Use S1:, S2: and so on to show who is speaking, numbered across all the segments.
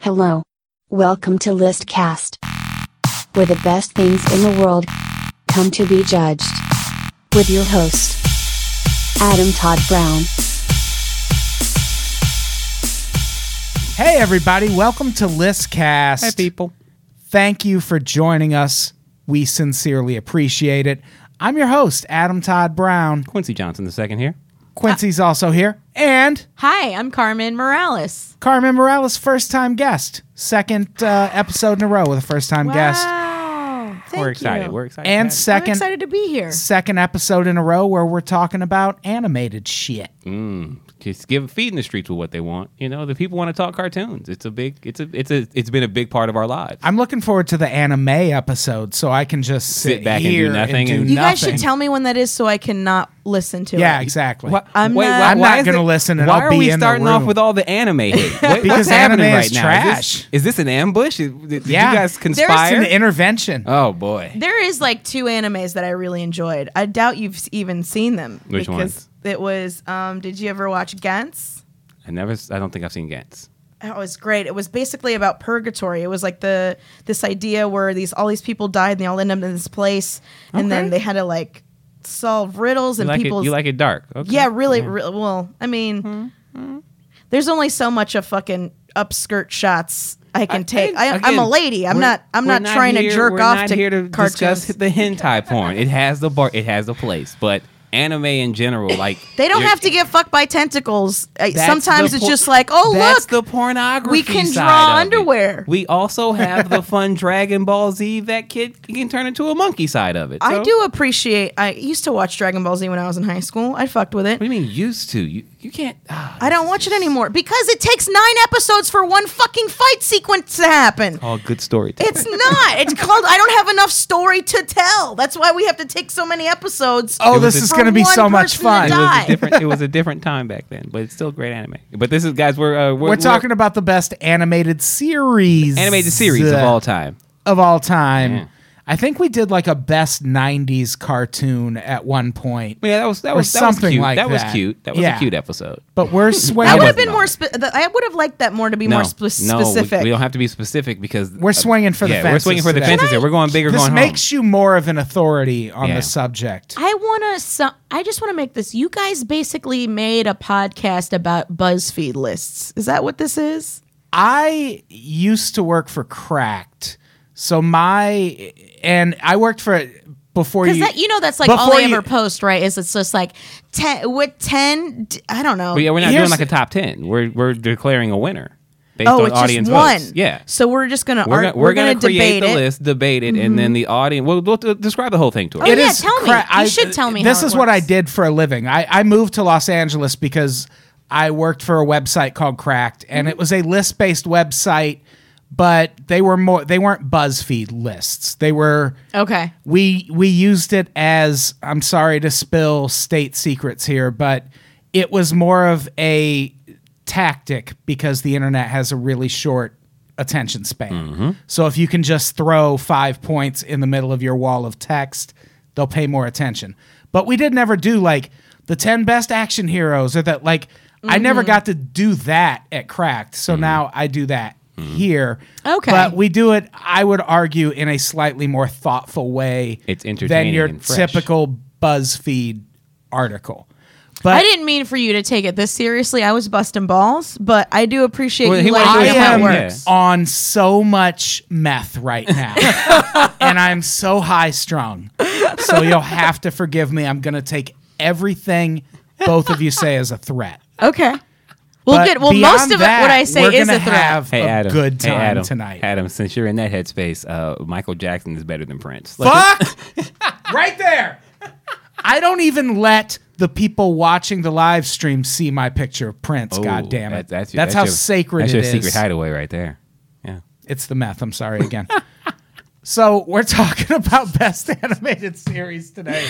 S1: Hello. Welcome to Listcast. Where the best things in the world come to be judged. With your host, Adam Todd Brown.
S2: Hey, everybody, welcome to Listcast.
S3: Hi, people.
S2: Thank you for joining us. We sincerely appreciate it. I'm your host, Adam Todd Brown.
S3: Quincy Johnson the second here.
S2: Quincy's also here. And
S4: Hi, I'm Carmen Morales.
S2: Carmen Morales, first time guest. Second uh, episode in a row with a first time guest.
S4: Wow. Thank
S3: We're excited.
S4: you.
S3: We're excited.
S2: And
S3: about it.
S4: I'm
S2: second
S4: excited to be here.
S2: second episode in a row where we're talking about animated shit.
S3: Mm. just give feeding the streets with what they want. You know, the people want to talk cartoons. It's a big. It's a. It's a. It's been a big part of our lives.
S2: I'm looking forward to the anime episode so I can just sit,
S3: Sit back and do
S2: here
S3: nothing
S2: do
S3: and-
S4: you guys should
S2: nothing.
S4: tell me when that is so I cannot listen to
S2: Yeah,
S4: it.
S2: exactly.
S3: Wha-
S4: I'm not-
S3: why-
S4: I'm
S3: why
S2: not
S3: is
S2: gonna
S3: it-
S2: listen and
S3: why
S2: I'll
S3: are
S2: be
S3: we
S2: in the
S3: starting off
S2: room.
S3: with all the anime? hate? What-
S2: Because
S3: what's happening
S2: anime
S3: right
S2: is
S3: now? Is
S2: trash.
S3: this, is this an ambush? Is- Did
S2: Yeah.
S3: you guys
S2: It's an
S3: conspire?
S2: intervention.
S3: oh boy.
S4: There is like two animes that I really enjoyed. I doubt you've s- even seen them.
S3: Which
S4: because
S3: ones?
S4: It was, um, did you ever watch Gantz?
S3: I never. s- I don't think I've seen Gantz.
S4: That was great. It was basically about purgatory. It was like the this idea where these all these people died and they all end up in this place, and
S3: Okay.
S4: then they had to like solve riddles
S3: You
S4: and
S3: like it?
S4: people's
S3: You like it dark? Okay.
S4: Yeah, really,
S3: Mm-hmm.
S4: really. Well, I mean, there's only so much of fucking upskirt shots I can take. I, I'm
S3: again,
S4: a lady. I'm
S3: we're-
S4: not. I'm
S3: we're
S4: not trying
S3: here-
S4: to jerk
S3: we're
S4: off
S3: not
S4: to
S3: here to
S4: cartoons.
S3: discuss the hentai porn. It has the bar. It has the place, but anime in general, like
S4: they don't
S3: you're-
S4: have to get fucked by tentacles. I-
S3: that's
S4: Sometimes
S3: the
S4: it's
S3: por-
S4: just like, oh
S3: that's
S4: look,
S3: the pornography.
S4: we can
S3: side
S4: draw
S3: of it.
S4: underwear.
S3: We also have the fun Dragon Ball Z that kid can turn into a monkey side of it.
S4: I
S3: So-
S4: do appreciate. I used to watch Dragon Ball Z when I was in high school. I fucked with it.
S3: What do you mean used to? You you can't. ah,
S4: I don't
S3: this
S4: watch
S3: is
S4: it anymore because it takes nine episodes for one fucking fight sequence to happen.
S3: All good storytelling.
S4: It's not. It's called I don't have enough story to tell. That's why we have to take so many episodes.
S2: Oh,
S3: It was
S2: this
S3: a-
S2: is
S4: for
S2: going to be
S4: one
S2: so much
S4: person to
S2: fun.
S3: It was
S4: die.
S3: a different. It was a different time back then, but it's still great anime. But this is guys. We're uh, we're,
S2: We're talking about the best animated series.
S3: animated series of
S2: uh,
S3: all time.
S2: Of all time.
S3: Yeah.
S2: I think we did like a best 90s cartoon at one point.
S3: Yeah, that was that was that
S2: something
S3: was cute.
S2: like
S3: that. was
S2: that.
S3: cute. That was
S2: Yeah.
S3: a cute episode.
S2: But we're
S4: I
S2: swinging.
S4: would have been
S3: No.
S4: more. Spe- th- I would have liked that more to be more spe-
S3: no, we-
S4: specific.
S3: We, don't have to be specific because uh,
S2: We're swinging for the
S3: yeah, we're
S2: fences
S3: swinging for the
S2: today.
S3: fences here. We're going bigger,
S2: this
S3: going
S2: makes you more of an authority on
S3: Yeah.
S2: the subject.
S4: I want to. Su- I just want to make this. You guys basically made a podcast about BuzzFeed lists. Is that what this is?
S2: I used to work for Cracked. So my and I worked for before
S4: Because
S2: you
S4: that you know that's like all
S2: before
S4: they
S2: you-
S4: ever post, right? Is it's just like ten? What ten? d- I don't know.
S3: Home. But yeah, we're not
S2: Here's-
S3: doing like a top ten. We're we're declaring a winner based
S4: oh,
S3: on
S4: it's
S3: audience
S4: just one.
S3: votes. Yeah.
S4: So we're just gonna
S3: We're,
S4: ar-
S3: gonna, we're, gonna, create
S4: debate
S3: the
S4: it.
S3: list, debate it, and then the audience. We'll, we'll t- describe the whole thing to her.
S4: Oh,
S2: Mm-hmm. It
S4: yeah,
S2: is
S4: tell me.
S2: cra-
S4: You should tell me
S2: This
S4: how it
S2: is what I
S4: works.
S2: did for a living. I, I moved to Los Angeles because I worked for a website called Cracked, and
S4: Mm-hmm.
S2: it was a list based website, but they were more they weren't BuzzFeed lists. They were
S4: Okay.
S2: we we used it as I'm sorry to spill state secrets here, but it was more of a tactic because the internet has a really short attention span. So if you can just throw 5 points in the middle of your wall of text, they'll pay more attention. But we did never do like the 10 best action heroes or that like I never got to do that at Cracked. So now I do that here.
S4: Okay.
S2: But we do it, I would argue, in a slightly more thoughtful way.
S3: It's entertaining
S2: than your
S3: and fresh.
S2: typical BuzzFeed article. But
S4: I didn't mean for you to take it this seriously. I was busting balls, but I do appreciate
S3: Well, he
S4: you
S3: was
S2: I
S4: letting me know
S2: am
S4: how it
S3: doing
S4: works.
S3: works.
S2: on so much meth right now, and I'm so high strung. So you'll have to forgive me. I'm gonna take everything both of you say as a threat.
S4: Okay. Well,
S2: But
S4: good. Well,
S2: beyond
S4: most of it,
S2: that,
S4: what I say
S2: we're
S4: is
S2: gonna
S4: a threat.
S2: Have
S3: Hey
S2: a
S3: Adam,
S2: good
S3: hey,
S2: time
S3: Adam,
S2: tonight.
S3: Adam. Since you're in that headspace, uh, Michael Jackson is better than Prince. Let's-
S2: Fuck! right there. I don't even let the people watching the live stream see my picture of Prince.
S3: Ooh,
S2: God damn it.
S3: that- that's,
S2: That's,
S3: your- that's
S2: how
S3: your-
S2: sacred
S3: That's
S2: it
S3: your
S2: is.
S3: secret hideaway right there. Yeah.
S2: It's the meth. I'm sorry again. so we're talking about best animated series today.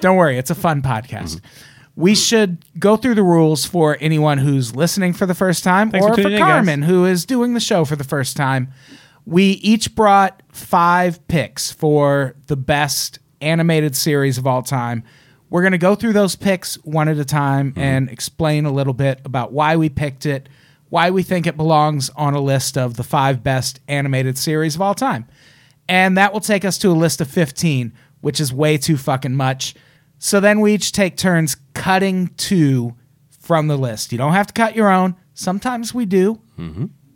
S2: Don't worry, it's a fun podcast.
S3: Mm-hmm.
S2: We should go through the rules for anyone who's listening for the first time
S3: Thanks
S2: or
S3: for
S2: for,
S3: tuning in, guys.
S2: Carmen, who is doing the show for the first time. We each brought five picks for the best animated series of all time. We're going to go through those picks one at a time and explain a little bit about why we picked it, why we think it belongs on a list of the five best animated series of all time. And that will take us to a list of 15, which is way too fucking much. So then we each take turns cutting two from the list. You don't have to cut your own. Sometimes we do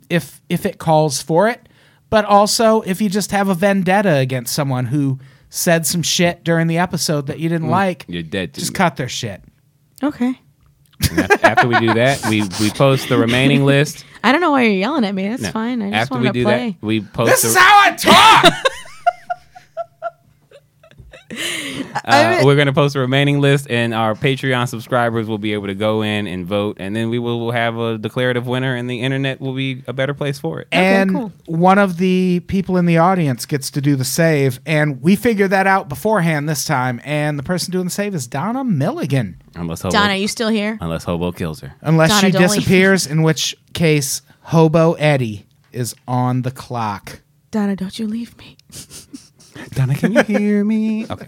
S2: if if it calls for it, but also if you just have a vendetta against someone who said some shit during the episode that Mm. you didn't like.
S3: you're dead to
S2: Just
S3: me.
S2: cut their shit.
S4: Okay.
S3: after, after we do that, we, we post the remaining list.
S4: I don't know why you're yelling at me. That's
S3: No.
S4: fine. I just
S3: after
S4: want
S3: we
S4: to
S3: do
S4: play.
S3: that, we post.
S2: This
S3: the,
S2: is how I talk.
S3: Uh, we're going to post the remaining list, and our Patreon subscribers will be able to go in and vote, and then we will have a declarative winner, and the internet will be a better place for it.
S4: Eh,
S2: and
S4: cool.
S2: one of the people in the audience gets to do the save and we figure that out beforehand this time and the person doing the save is donna milligan
S3: Unless Hobo,
S4: Donna, you still here?
S3: unless Hobo kills her.
S2: unless
S4: Donna,
S2: she
S4: don't leave.
S2: disappears in which case hobo eddie is on the clock
S4: Donna, don't you leave me.
S3: Donna, can you hear me? Okay.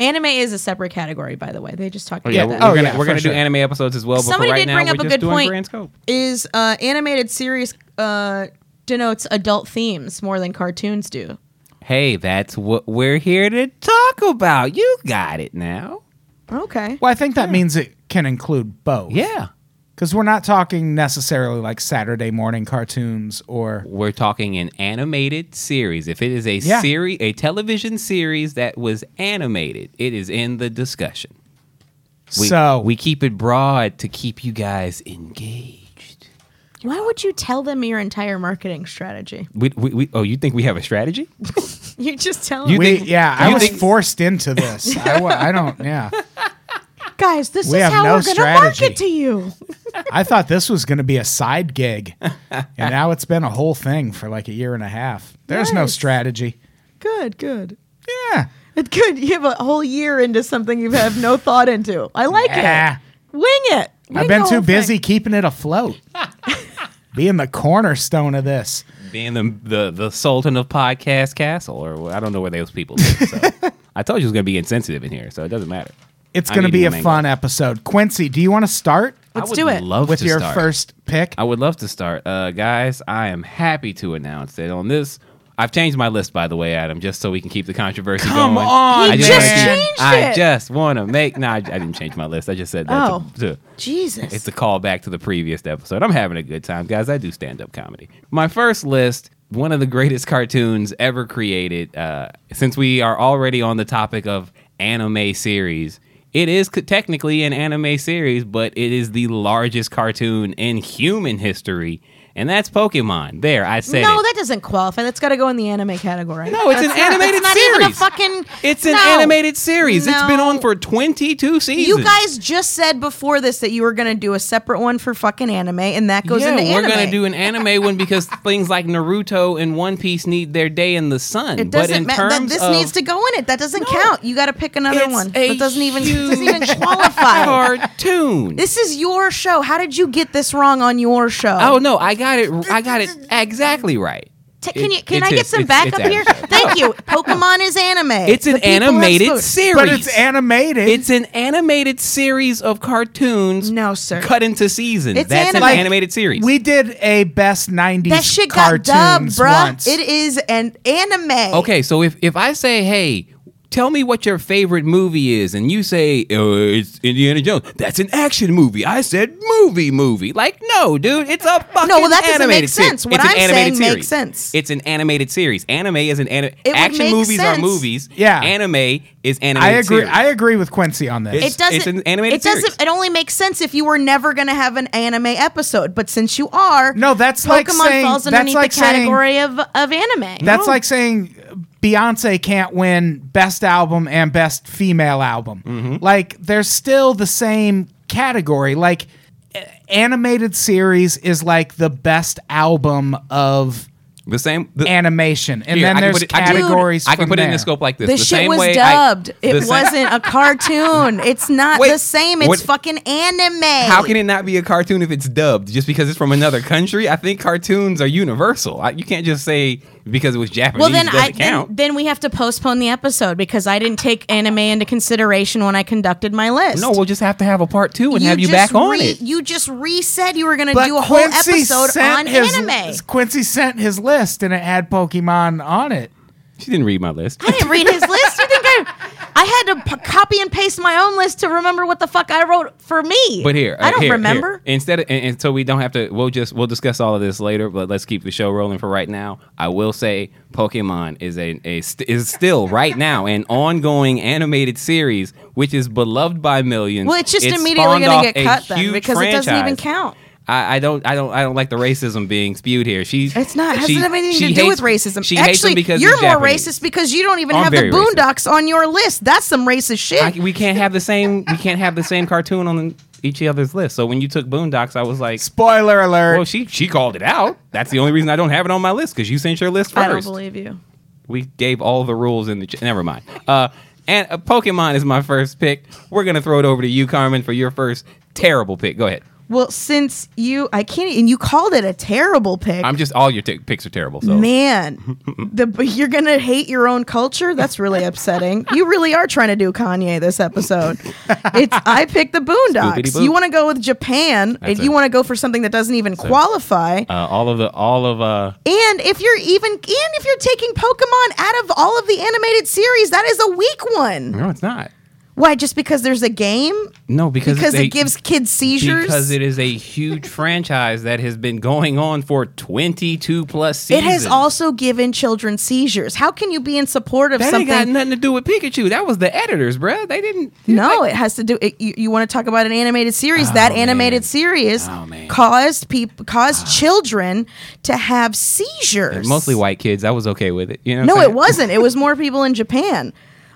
S4: Anime is a separate category, by the way. They just talked
S3: Oh,
S4: about
S3: yeah,
S4: that.
S3: we're,
S2: Oh,
S3: we're gonna,
S2: yeah,
S3: we're
S2: for
S3: gonna
S2: sure.
S3: do anime episodes as well. but for
S4: Somebody
S3: right
S4: did
S3: now,
S4: bring
S3: we're
S4: up a
S3: just
S4: good
S3: doing
S4: point.
S3: Grand Scope.
S4: Is uh, animated series uh, denotes adult themes more than cartoons do.
S3: Hey, that's what we're here to talk about. You got it now.
S4: Okay.
S2: well i think that means it can include both
S3: Yeah,
S2: because we're not talking necessarily like saturday morning cartoons or
S3: we're talking an animated series. If it is a
S2: Yeah.
S3: series, a television series that was animated, it is in the discussion. We,
S2: so
S3: we keep it broad to keep you guys engaged.
S4: Why would you tell them your entire marketing strategy?
S3: We, we, we, oh, you think we have a strategy?
S4: You just tell
S3: You
S4: them,
S2: we,
S3: think-
S2: yeah,
S3: you
S2: I was
S3: think-
S2: forced into this. I, wa- I don't. Yeah,
S4: guys, this
S2: we
S4: is
S2: have
S4: how
S2: no
S4: we're going to
S2: strategy.
S4: market to you.
S2: I thought this was going to be a side gig, and now it's been a whole thing for like a year and a half. There's no
S4: Nice.
S2: strategy.
S4: Good, good.
S2: Yeah,
S4: It's good. You have a whole year into something you have no thought into. I like
S2: Yeah.
S4: it. Wing it. Wing
S2: I've been
S4: the
S2: too
S4: whole
S2: busy
S4: thing.
S2: keeping it afloat, being the cornerstone of this.
S3: Being the, the the Sultan of Podcast Castle, or I don't know where those people live. So. I told you it was going to be insensitive in here, so it doesn't matter.
S2: It's
S3: I
S2: going to
S3: need
S2: be
S3: to
S2: a
S3: mangle.
S2: fun episode. Quincy, do you want to start
S4: Let's
S3: I would
S4: do it.
S3: Love
S2: with
S3: to
S2: your
S3: start.
S2: first pick?
S3: I would love to start. Uh, guys, I am happy to announce that on this, I've changed my list, by the way, Adam, just so we can keep the controversy
S2: Come
S3: going.
S2: on,
S3: I
S2: He
S3: wanna
S2: just
S3: keep-
S4: changed
S3: I
S4: it.
S3: just want to make. No, I, I didn't change my list. I just said that.
S4: Oh.
S3: To, to-
S4: Jesus.
S3: it's a callback to the previous episode. I'm having a good time, guys. I do stand up comedy. My first list, one of the greatest cartoons ever created. Uh, since we are already on the topic of anime series, it is c- technically an anime series, but it is the largest cartoon in human history, and that's Pokemon. There, I said
S4: no,
S3: it.
S4: that doesn't qualify. That's got to go in the anime category.
S3: No, it's
S4: That's
S3: an
S4: not-
S3: animated
S4: that's
S3: series.
S4: Not even a fucking.
S3: it's an
S4: No.
S3: animated series. It's been
S4: No.
S3: on for 22 seasons.
S4: You guys just said before this that you were going to do a separate one for fucking anime, and that goes
S3: yeah,
S4: into
S3: we're
S4: anime.
S3: gonna do an anime one because things like Naruto and One Piece need their day in the sun.
S4: It
S3: but in
S4: doesn't matter.
S3: terms
S4: That this
S3: of
S4: needs to go in it. That doesn't count. You got to pick another
S3: It's
S4: one.
S3: a
S4: That doesn't even doesn't even
S3: huge
S4: qualify.
S3: cartoon.
S4: This is your show. How did you get this wrong on your show?
S3: oh no, I got it. I got it exactly right.
S4: T- can
S3: It-
S4: you can
S3: it's
S4: I
S3: his-
S4: get some
S3: it's- it's
S4: backup
S3: Adam's
S4: here?
S3: show.
S4: Thank you. Pokemon is anime.
S3: It's an
S4: The people have
S3: animated
S4: food.
S3: series,
S2: But it's animated.
S3: It's an animated series of cartoons.
S4: No, sir.
S3: Cut into seasons.
S4: It's
S3: That's
S4: anime.
S3: an animated series.
S2: We did a best '90s
S4: That shit got
S2: cartoons
S4: dubbed, bruh.
S2: once.
S4: It is an anime.
S3: Okay, so if if I say, "Hey, tell me what your favorite movie is," and you say, oh, "It's Indiana Jones," that's an action movie. I said movie, movie. Like, no, dude, it's a fucking
S4: well, that doesn't make
S3: animated series.
S4: sense. What
S3: It's an
S4: I'm
S3: animated
S4: saying makes
S3: series.
S4: sense.
S3: It's an animated series. Anime is an anime.
S4: would
S3: Action
S4: make
S3: movies
S4: sense.
S3: are movies.
S2: Yeah.
S3: anime is
S2: I
S3: animated.
S2: agree.
S3: series.
S2: I agree with Quincy on this.
S3: It's-
S4: It doesn't.
S3: an animated
S4: It doesn't.
S3: series.
S4: It only makes sense if you were never going to have an anime episode. But since you are,
S2: No, that's
S4: Pokemon
S2: like saying-
S4: falls
S2: that's
S4: underneath
S2: like
S4: the
S2: saying-
S4: category of of anime.
S2: That's like saying Beyonce can't win best album and best female album.
S3: Mm-hmm.
S2: Like they're still the same category. Like a- animated series is like the best album of
S3: the same. The,
S2: animation, and
S3: here,
S2: then
S3: I can
S2: there's
S3: put it- I can-
S2: categories.
S3: I can
S2: from
S3: put it in
S2: there.
S3: the scope like this.
S4: This
S3: the
S4: shit
S3: same
S4: was
S3: way I-
S4: dubbed.
S3: the
S4: it
S3: same-
S4: wasn't a cartoon. It's not
S3: Wait,
S4: the same. It's
S3: what-
S4: fucking anime.
S3: How can it not be a cartoon if it's dubbed just because it's from another country? I think cartoons are universal. I, you can't just say because it was Japanese.
S4: Well, then
S3: it
S4: I
S3: doesn't
S4: then,
S3: count.
S4: then we have to postpone the episode because I didn't take anime into consideration when I conducted my list.
S3: no, we'll just have to have a part two and have you back
S4: just
S3: on
S4: re-
S3: it.
S4: You just reset you were going to do a whole episode on
S2: his,
S4: anime.
S2: Quincy sent his list and it had Pokemon on it.
S3: She didn't read my list.
S4: I didn't read his list. You think I? I had to p- copy and paste my own list to remember what the fuck I wrote for me.
S3: But here, uh,
S4: I don't
S3: here, here.
S4: remember.
S3: Instead, of, and, and so we don't have to. We'll just we'll discuss all of this later. But let's keep the show rolling for right now. I will say, Pokemon is a, a st- is still right now an ongoing animated series, which is beloved by millions.
S4: Well, it's just immediately
S3: spawned
S4: going
S3: off
S4: to get
S3: a
S4: cut then
S3: huge
S4: because it doesn't even
S3: franchise.
S4: count.
S3: I, I don't, I don't, I don't like the racism being spewed here. She's
S4: It's not. It
S3: she-
S4: hasn't have anything
S3: she
S4: to do
S3: hates-
S4: with racism.
S3: She hates
S4: Actually,
S3: them because
S4: you're
S3: he's
S4: more
S3: Japanese.
S4: racist because you don't even
S3: I'm
S4: have the
S3: very racist.
S4: Boondocks on your list. That's some racist shit.
S3: I, we can't have the same. We can't have the same cartoon on each other's list. So when you took Boondocks, I was like,
S2: Spoiler alert.
S3: well, she she called it out. That's the only reason I don't have it on my list because you sent your list first.
S4: I don't believe you.
S3: we gave all the rules in the. Ch- Never mind. Uh, and uh, Pokemon is my first pick. We're gonna throw it over to you, Carmen, for your first terrible pick. Go ahead.
S4: Well, since you, I can't, e, and you called it a terrible pick.
S3: I'm just all your t- picks are terrible. So
S4: Man, the, but you're gonna hate your own culture. That's really upsetting. you really are trying to do Kanye this episode. It's I picked the Boondocks.
S3: Boop.
S4: You want to go with Japan,
S3: That's
S4: and you
S3: it.
S4: want to go for something that doesn't even qualify.
S3: uh, all of the all of uh,
S4: and if you're even, and if you're taking Pokemon out of all of the animated series, that is a weak one.
S3: no, it's not.
S4: Why? Just because there's a game?
S3: No, because
S4: Because
S3: they-
S4: it gives kids seizures.
S3: Because it is a huge franchise that has been going on for 22 plus
S4: It
S3: seasons.
S4: has also given children seizures. How can you be in support of
S3: that
S4: something?
S3: ain't got nothing to do with Pikachu. That was the editors, bruh. They didn't.
S4: No, it has to do. It, you you want to talk about an animated series? that animated series
S3: Oh, man. Ah.
S4: caused people caused children to have seizures.
S3: Mostly white kids. I was okay with it. You know. what
S4: No,
S3: I'm
S4: it
S3: saying?
S4: wasn't. It was more people in Japan.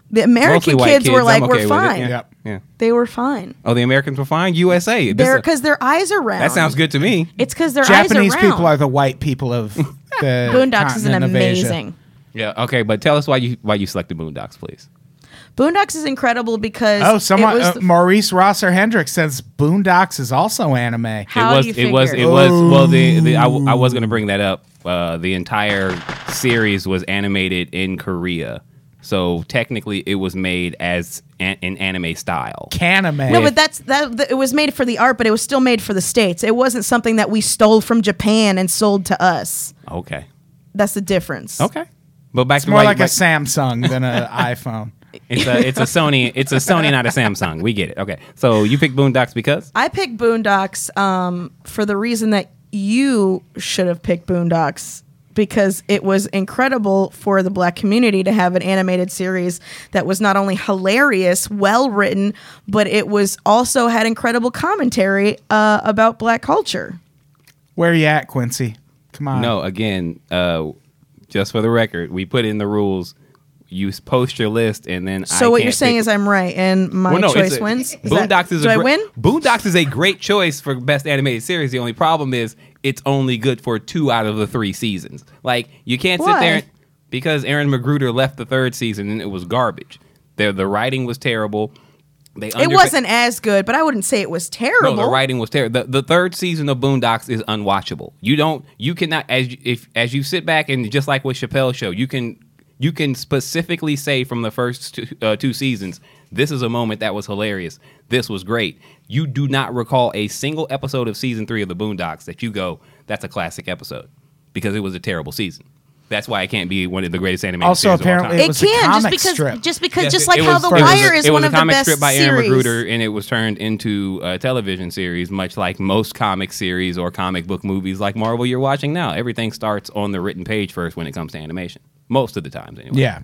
S4: The
S3: Mostly
S4: American
S3: white
S4: kids, were
S3: I'm
S4: like,
S3: okay
S4: "We're
S3: with it."
S4: fine."
S3: Yeah.
S2: Yep.
S3: yeah.
S4: They were fine.
S3: Oh, the Americans were fine. USA. This-
S4: They're because their eyes are round.
S3: that sounds good to me.
S4: It's because their
S2: Japanese
S4: eyes are round.
S2: people are the white people of the
S4: Boondocks is an
S2: continent of Asia.
S4: amazing.
S3: Yeah. Okay, but tell us why you why you selected Boondocks, please.
S4: Boondocks is incredible because
S2: Oh, someone
S4: it was
S2: uh,
S4: the-
S2: Maurice Rosser Hendricks says Boondocks is also anime.
S4: How
S3: it was.
S4: do you
S3: it was. It
S4: figure?
S3: was. Well, the, the I, w- I was going to bring that up. Uh, the entire series was animated in Korea, so technically it was made as an, an anime style.
S2: Canime.
S4: No, but that's that. th- It was made for the art, but it was still made for the states. It wasn't something that we stole from Japan and sold to us.
S3: Okay.
S4: That's the difference.
S3: Okay. But back to
S2: more
S3: why-
S2: like a
S3: why-
S2: Samsung than an iPhone.
S3: it's a it's a Sony it's a Sony not a Samsung. We get it. Okay. So you picked Boondocks because
S4: I picked Boondocks um, for the reason that you should have picked Boondocks because it was incredible for the black community to have an animated series that was not only hilarious, well written, but it was also had incredible commentary uh, about black culture.
S2: Where you at, Quincy? Come on.
S3: no again uh, just for the record we put in the rules. You s- post your list and then
S4: So
S3: I
S4: what
S3: can't
S4: you're saying
S3: pick-
S4: is I'm right and my
S3: Well, no, it's
S4: choice
S3: a-
S4: wins. Is that-
S3: Boondocks is
S4: do
S3: a
S4: I
S3: gre-
S4: win?
S3: Boondocks is a great choice for best animated series. The only problem is it's only good for two out of the three seasons. Like you can't sit
S4: Why?
S3: there and, because Aaron Magruder left the third season and it was garbage. The the writing was terrible. They
S4: It wasn't as good, but I wouldn't say it was
S3: No,
S4: terrible.
S3: the writing was terrible. The, the third season of Boondocks is unwatchable. You don't, you cannot, as you- if as you sit back and just like with Chappelle's show, you can you can specifically say from the first two, uh, two seasons, this is a moment that was hilarious. This was great. You do not recall a single episode of season three of the Boondocks that you go, that's a classic episode because it was a terrible season. That's why it can't be one of the greatest animated
S2: Also,
S3: series of all
S2: apparently
S3: time.
S2: It
S4: It,
S2: was a
S4: can just
S2: comic
S4: because
S2: strip.
S4: just because
S3: Yes,
S4: just
S3: it-
S4: like
S3: it
S4: how
S3: was-
S4: The
S3: it was a-
S4: Wire is
S3: it was
S4: one
S3: a
S4: of the
S3: comic
S4: best
S3: strip by
S4: series.
S3: Aaron Magruder, and it was turned into a television series, much like most comic series or comic book movies like Marvel you're watching now. Everything starts on the written page first when it comes to animation, most of the times. Anyway.
S2: Yeah.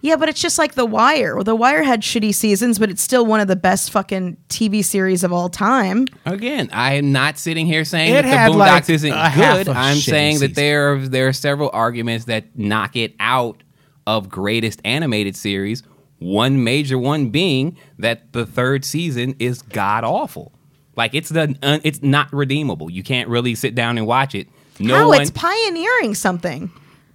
S4: Yeah, but it's just like The Wire. The Wire had shitty seasons, but it's still one of the best fucking TV series of all time.
S3: Again, I am not sitting here saying
S2: It
S3: that
S2: had,
S3: the Boondocks
S2: like,
S3: isn't
S2: a half
S3: good.
S2: of
S3: I'm
S2: shitty
S3: saying
S2: season.
S3: that there are, there are several arguments that knock it out of greatest animated series. One major one being that the third season is god awful. Like it's the un, it's not redeemable. You can't really sit down and watch it. No
S4: How
S3: one,
S4: it's pioneering something.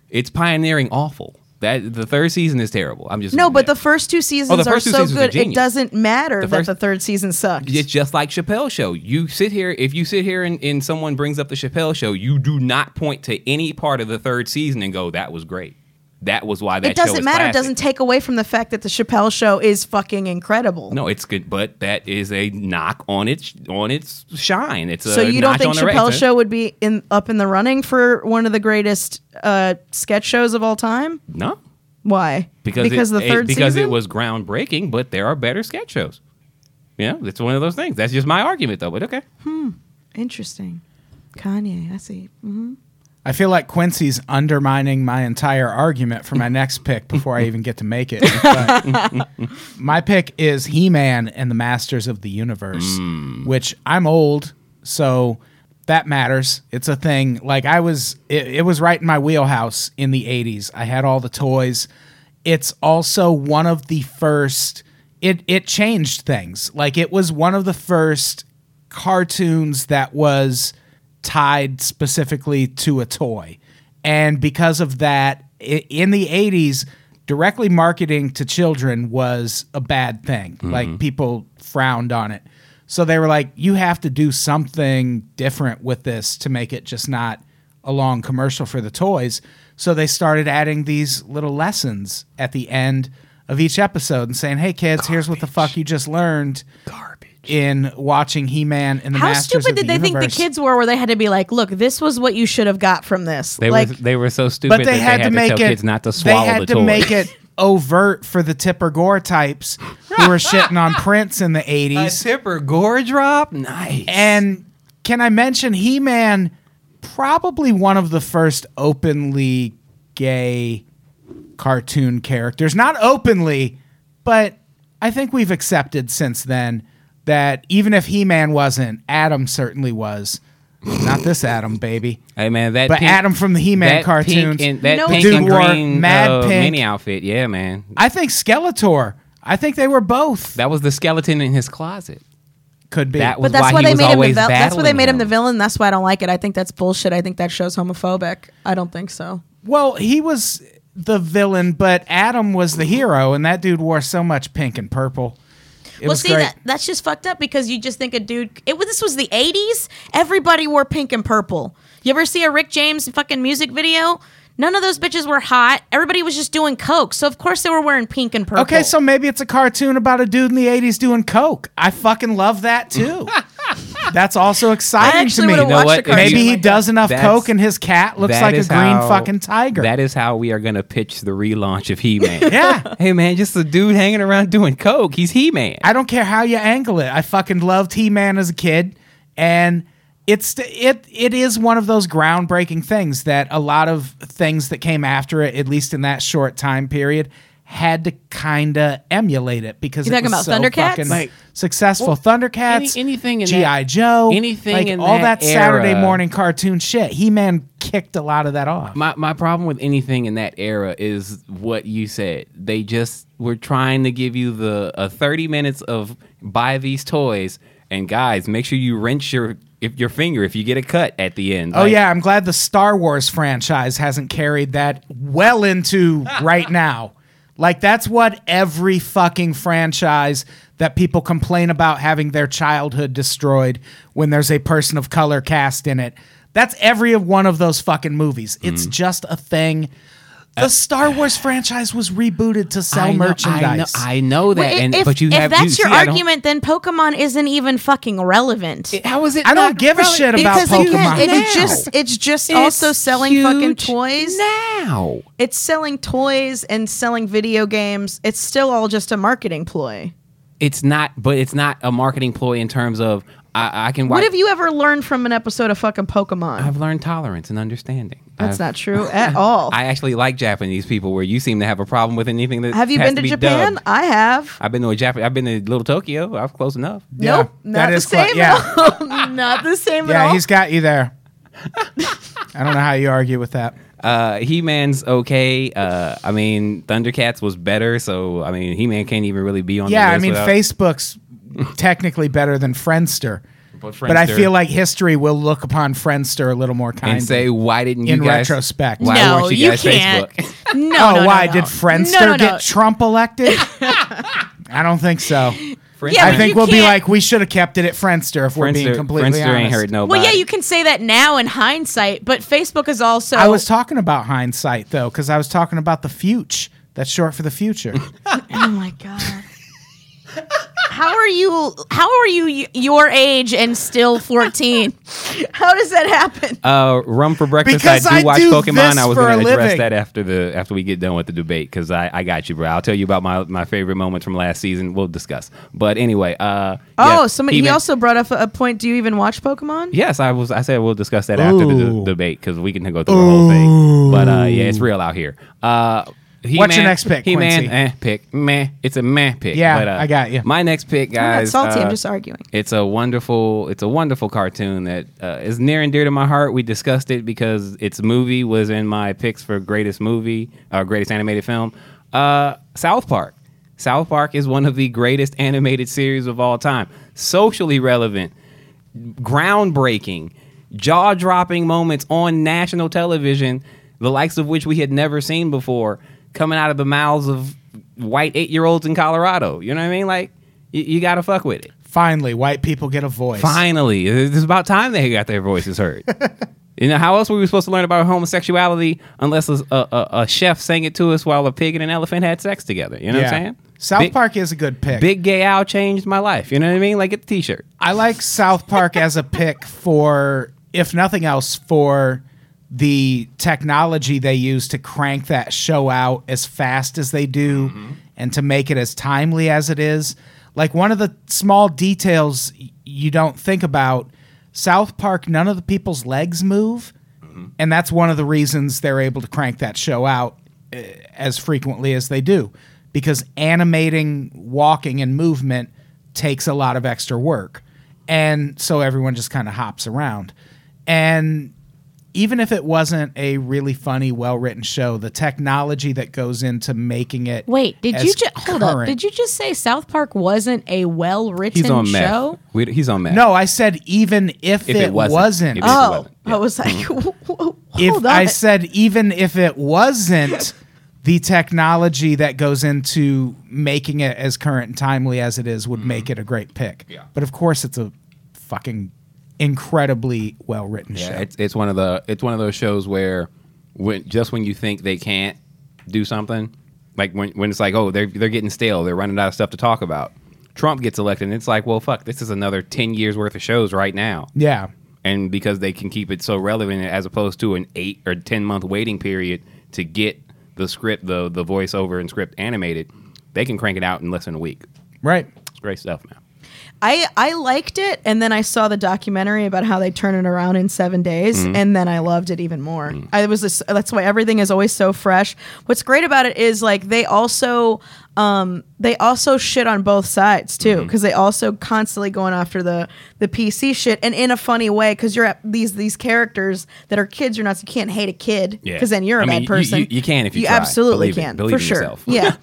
S3: it's pioneering awful. That the third season is terrible. I'm just
S4: No, but
S3: yeah. Oh,
S4: the first two seasons
S3: first
S4: are
S3: two
S4: so
S3: seasons were
S4: good. It
S3: genius.
S4: doesn't matter
S3: The
S4: that
S3: first-
S4: the third season sucked.
S3: it's just like Chappelle show. You sit here if you sit here and, and someone brings up the Chappelle show, you do not point to any part of the third season and go, "That was great. That was why that
S4: it
S3: show is
S4: doesn't matter. It
S3: classic."
S4: doesn't take away from the fact that the Chappelle show is fucking incredible.
S3: No, it's good, but that is a knock on its on its shine. It's a
S4: so you don't
S3: notch
S4: think
S3: on the eh?
S4: Chappelle
S3: razor.
S4: show would be in up in the running for one of the greatest uh, sketch shows of all time?
S3: No,
S4: Why?
S3: because
S4: because
S3: it,
S4: the
S3: it-
S4: third
S3: because
S4: season
S3: it was groundbreaking. But there are better sketch shows. Yeah, it's one of those things. That's just my argument, though. But okay,
S4: interesting. Kanye, I see.
S2: I feel like Quincy's undermining my entire argument for my next pick before I even get to make it. But my pick is He Man and the Masters of the Universe, which I'm old, so that matters. It's a thing. Like I was, it, it was right in my wheelhouse in the 80s. I had all the toys. It's also one of the first, it, it changed things. Like it was one of the first cartoons that was tied specifically to a toy. And because of that, i- in the 80s, directly marketing to children was a bad thing. Like people frowned on it. So they were like, you have to do something different with this to make it just not a long commercial for the toys. So they started adding these little lessons at the end of each episode and saying, hey kids, here's what the fuck you just learned. Garbage. In watching He Man and the
S4: How
S2: Masters
S4: stupid
S2: of
S4: did
S2: the
S4: they think the
S2: Universe.
S4: kids were? Where they had to be like, "Look, this was what you should have got from this."
S3: they
S4: like,
S3: were they were so stupid.
S2: but
S3: that
S2: they had, to make
S3: tell
S2: it
S3: kids not to swallow
S2: they had
S3: the
S2: to
S3: toys.
S2: make it overt for the Tipper Gore types who were shitting on Prince in the 80s.
S3: Tipper Gore drop, nice.
S2: And can I mention He Man, probably one of the first openly gay cartoon characters? Not openly, but I think we've accepted since then that even if He Man wasn't, Adam certainly was. Not this Adam, baby.
S3: hey man, that
S2: But
S3: pink-
S2: Adam from the He-Man
S3: that pink
S2: cartoons.
S3: and- that
S4: You know
S3: pink
S2: what-
S3: and
S2: Dude wore
S3: green
S2: mad
S3: uh,
S2: pink.
S3: mini outfit, yeah man.
S2: I think Skeletor. I think they were both.
S3: That was the skeleton in his closet.
S2: Could be.
S3: That was
S4: but
S3: why,
S4: that's why
S3: he
S4: they
S3: was
S4: made him the
S3: always
S4: vil- that's why they
S3: battling
S4: made him,
S3: him
S4: the villain. That's why I don't like it. I think that's bullshit. I think that shows homophobic. I don't think so.
S2: Well, he was the villain, but Adam was the hero, and that dude wore so much pink and purple. It
S4: well,
S2: was
S4: see
S2: great.
S4: that that's just fucked up because you just think a dude. It was this was the '80s. Everybody wore pink and purple. You ever see a Rick James fucking music video? None of those bitches were hot. Everybody was just doing coke, so of course they were wearing pink and purple.
S2: okay, so maybe it's a cartoon about a dude in the '80s doing coke. I fucking love that too. That's also
S4: I
S2: exciting to
S4: actually
S2: me.
S4: would have
S3: know
S4: watched
S3: what?
S4: a
S3: If
S4: cartoon.
S2: maybe he
S4: like that.
S2: does enough
S3: That's-
S2: coke, and his cat looks
S3: That
S2: like a green
S3: is how-
S2: fucking tiger.
S3: That is how we are going to pitch the relaunch of He Man.
S2: Yeah.
S3: Hey, man, just a dude hanging around doing Coke. He's He Man.
S2: I don't care how you angle it. I fucking loved He Man as a kid, and it's it it is one of those groundbreaking things that a lot of things that came after it, at least in that short time period, had to kind of emulate it because
S4: You
S2: it
S4: talking
S2: was
S4: about
S2: so
S4: Thundercats?
S2: fucking
S3: Like-
S2: successful.
S3: Well,
S2: Thundercats,
S3: any- anything in
S2: GI
S3: that-
S2: Joe,
S3: anything
S2: like
S3: in
S2: all that,
S3: that
S2: Saturday
S3: era.
S2: morning cartoon shit. He Man kicked a lot of that off.
S3: My, my problem with anything in that era is what you said. They just were trying to give you the uh, 30 minutes of buy these toys. And guys, make sure you rinse your if your finger if you get a cut at the end.
S2: Oh
S3: Like,
S2: yeah, I'm glad the Star Wars franchise hasn't carried that well into right now. Like that's what every fucking franchise that people complain about having their childhood destroyed when there's a person of color cast in it. That's every one of those fucking movies. It's
S3: Mm-hmm.
S2: just a thing. The Star Wars franchise was rebooted to sell
S3: Uh, I know-
S2: merchandise.
S3: I know, I know that.
S4: Wait,
S3: and,
S4: if,
S3: but you
S4: if
S3: have you-
S4: that's your
S3: see, I don't-
S4: argument, then Pokemon isn't even fucking relevant.
S3: How is it?
S2: I don't
S3: not
S2: give a
S3: relevant?
S2: shit about
S4: because
S2: Pokemon.
S4: again, it is
S2: now.
S4: just it's just
S3: It's
S4: also selling fucking
S3: huge
S4: toys.
S3: now.
S4: It's selling toys and selling video games. It's still all just a marketing ploy.
S3: it's not but it's not a marketing ploy in terms of I, I can
S4: What have you ever learned from an episode of fucking Pokemon?
S3: I've learned tolerance and understanding.
S4: That's
S3: I've-
S4: not true at all.
S3: I actually like Japanese people where you seem to have a problem with anything that
S4: have you
S3: has
S4: been to,
S3: be
S4: Japan?
S3: dubbed.
S4: I have.
S3: I've been to a Japan I've been to Little Tokyo. I'm close enough.
S2: Yeah,
S4: nope,
S2: that
S4: not the
S2: is quite-
S4: same
S2: yeah.
S4: at all. not the same at
S2: yeah,
S4: all.
S2: he's got you there. I don't know how you argue with that.
S3: Uh He Man's okay. Uh I mean Thundercats was better, so I mean He Man can't even really be on the
S2: Yeah, I
S3: list
S2: mean
S3: without-
S2: Facebook's technically better than Friendster.
S3: But,
S2: But I
S3: Friendster-
S2: feel like history will look upon Friendster a little more kindly. Oh,
S3: and say why didn't you
S2: In
S3: guys
S2: retrospect.
S3: why
S5: no,
S3: weren't you,
S5: you
S3: guys
S5: can't.
S3: Facebook?
S5: No,
S2: oh,
S5: no, no,
S2: why
S5: no.
S2: did Friendster
S5: No, no, no.
S2: get Trump elected? I don't think so.
S5: Yeah,
S2: I
S5: but
S2: think
S5: you
S2: we'll be
S5: can't-
S2: like we should have kept it at Friendster if we're being
S3: Friendster,
S2: completely
S3: Friendster ain't
S2: honest.
S3: hurt nobody.
S5: Well, yeah, you can say that now in hindsight, but Facebook is also.
S2: I was talking about hindsight though, because I was talking about the future. That's short for the future.
S5: oh my god. How are you? How are you? y- Your age and still fourteen?
S4: How does that happen?
S3: Uh, rum for breakfast.
S2: Because
S3: I do
S2: I
S3: watch
S2: do
S3: Pokemon.
S2: this
S3: I was
S2: for
S3: going
S2: a
S3: to address
S2: living.
S3: that after the after we get done with the debate because I, I got you, bro. I'll tell you about my my favorite moments from last season. We'll discuss. But anyway, uh,
S4: Oh,
S3: yes,
S4: somebody. He
S3: even-
S4: also brought up a, a point. Do you even watch Pokemon?
S3: Yes, I was. I said we'll discuss that after the d-
S2: Ooh.
S3: debate because we can go through the whole thing. But uh, yeah, it's real out here. Uh, He-Man,
S2: What's your next pick,
S3: He-Man,
S2: Quincy?
S3: eh, pick, meh. It's a meh pick.
S2: Yeah,
S3: but, uh,
S2: I got you.
S3: My next pick,
S4: I'm not
S3: guys.
S4: salty. I'm
S3: uh,
S4: just arguing.
S3: It's a wonderful, it's a wonderful cartoon that uh, is near and dear to my heart. We discussed it because its movie was in my picks for greatest movie or greatest animated film. Uh, South Park. South Park is one of the greatest animated series of all time. Socially relevant, groundbreaking, jaw dropping moments on national television, the likes of which we had never seen before, coming out of the mouths of white eight year olds in Colorado. You know what I mean? Like, y- you gotta fuck with it.
S2: Finally, white people get a voice.
S3: Finally, it's about time they got their voices heard. you know, how else were we supposed to learn about homosexuality unless a, a, a chef sang it to us while a pig and an elephant had sex together? You know what I'm saying?
S2: South
S3: Big-
S2: Park is a good pick.
S3: Big Gay Owl changed my life. You know what I mean? Like, get the t shirt.
S2: I like South Park as a pick for, if nothing else, for the technology they use to crank that show out as fast as they do and to make it as timely as it is. Like one of the small details y- you don't think about South Park, none of the people's legs move. And that's one of the reasons they're able to crank that show out uh, as frequently as they do because animating walking and movement takes a lot of extra work. And so everyone just kind of hops around. And even if it wasn't a really funny, well written show, the technology that goes into making it.
S5: Wait, did
S2: as
S5: you just hold up?
S2: current-
S5: Did you just say South Park wasn't a well-written
S3: He's on
S5: show?
S3: meth. We, he's on meth.
S2: No, I said even if,
S3: If
S2: it,
S3: it wasn't.
S2: wasn't.
S3: If it-
S4: Oh,
S3: wasn't, yeah.
S4: I was like, whoa, whoa,
S2: Mm. if
S4: hold on.
S2: I said even if it wasn't the technology that goes into making it as current and timely as it is would make it a great pick.
S3: Mm-hmm. Yeah.
S2: But of course it's a fucking incredibly well written show.
S3: Yeah, it's it's one of the it's one of those shows where when just when you think they can't do something, like when when it's like oh they're they're getting stale, they're running out of stuff to talk about. Trump gets elected, and it's like well fuck, this is another ten years worth of shows right now.
S2: yeah.
S3: And because they can keep it so relevant, as opposed to an eight or ten month waiting period to get the script, the the voiceover and script animated, they can crank it out in less than a week.
S2: Right.
S3: It's great stuff, man.
S4: I I liked it, and then I saw the documentary about how they turn it around in seven days,
S3: Mm-hmm.
S4: and then I loved it even more.
S3: Mm.
S4: I was just, that's why everything is always so fresh. What's great about it is like they also um they also shit on both sides too,
S3: Mm-hmm.
S4: because they also constantly going after the the PC shit, and in a funny way, because you're at these these characters that are kids, you're not you can't hate a kid,
S3: Yeah.
S4: because then you're a
S3: I mean,
S4: bad
S3: you-
S4: person.
S3: you- you can if you
S4: you
S3: try.
S4: absolutely
S3: Believe it.
S4: can
S3: Believe
S4: for
S3: in
S4: sure.
S3: yourself.
S4: Yeah.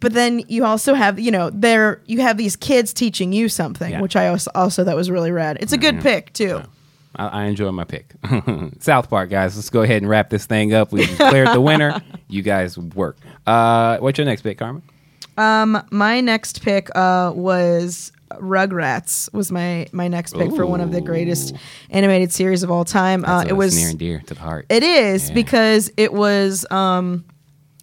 S4: but then you also have you know there you have these kids teaching you something
S3: Yeah. Mm-hmm.
S4: which i also, also that was really rad it's a good pick too
S3: I, I enjoy my pick. South Park, guys. Let's go ahead and wrap this thing up. We declared the winner. You guys work. Uh, what's your next pick, Carmen?
S4: M- my next pick uh, was rugrats was my my next pick for one of the greatest
S3: Ooh.
S4: animated series of all time uh,
S3: So
S4: it
S3: it's
S4: was
S3: near and dear to the heart.
S4: It is
S3: Yeah.
S4: because it was um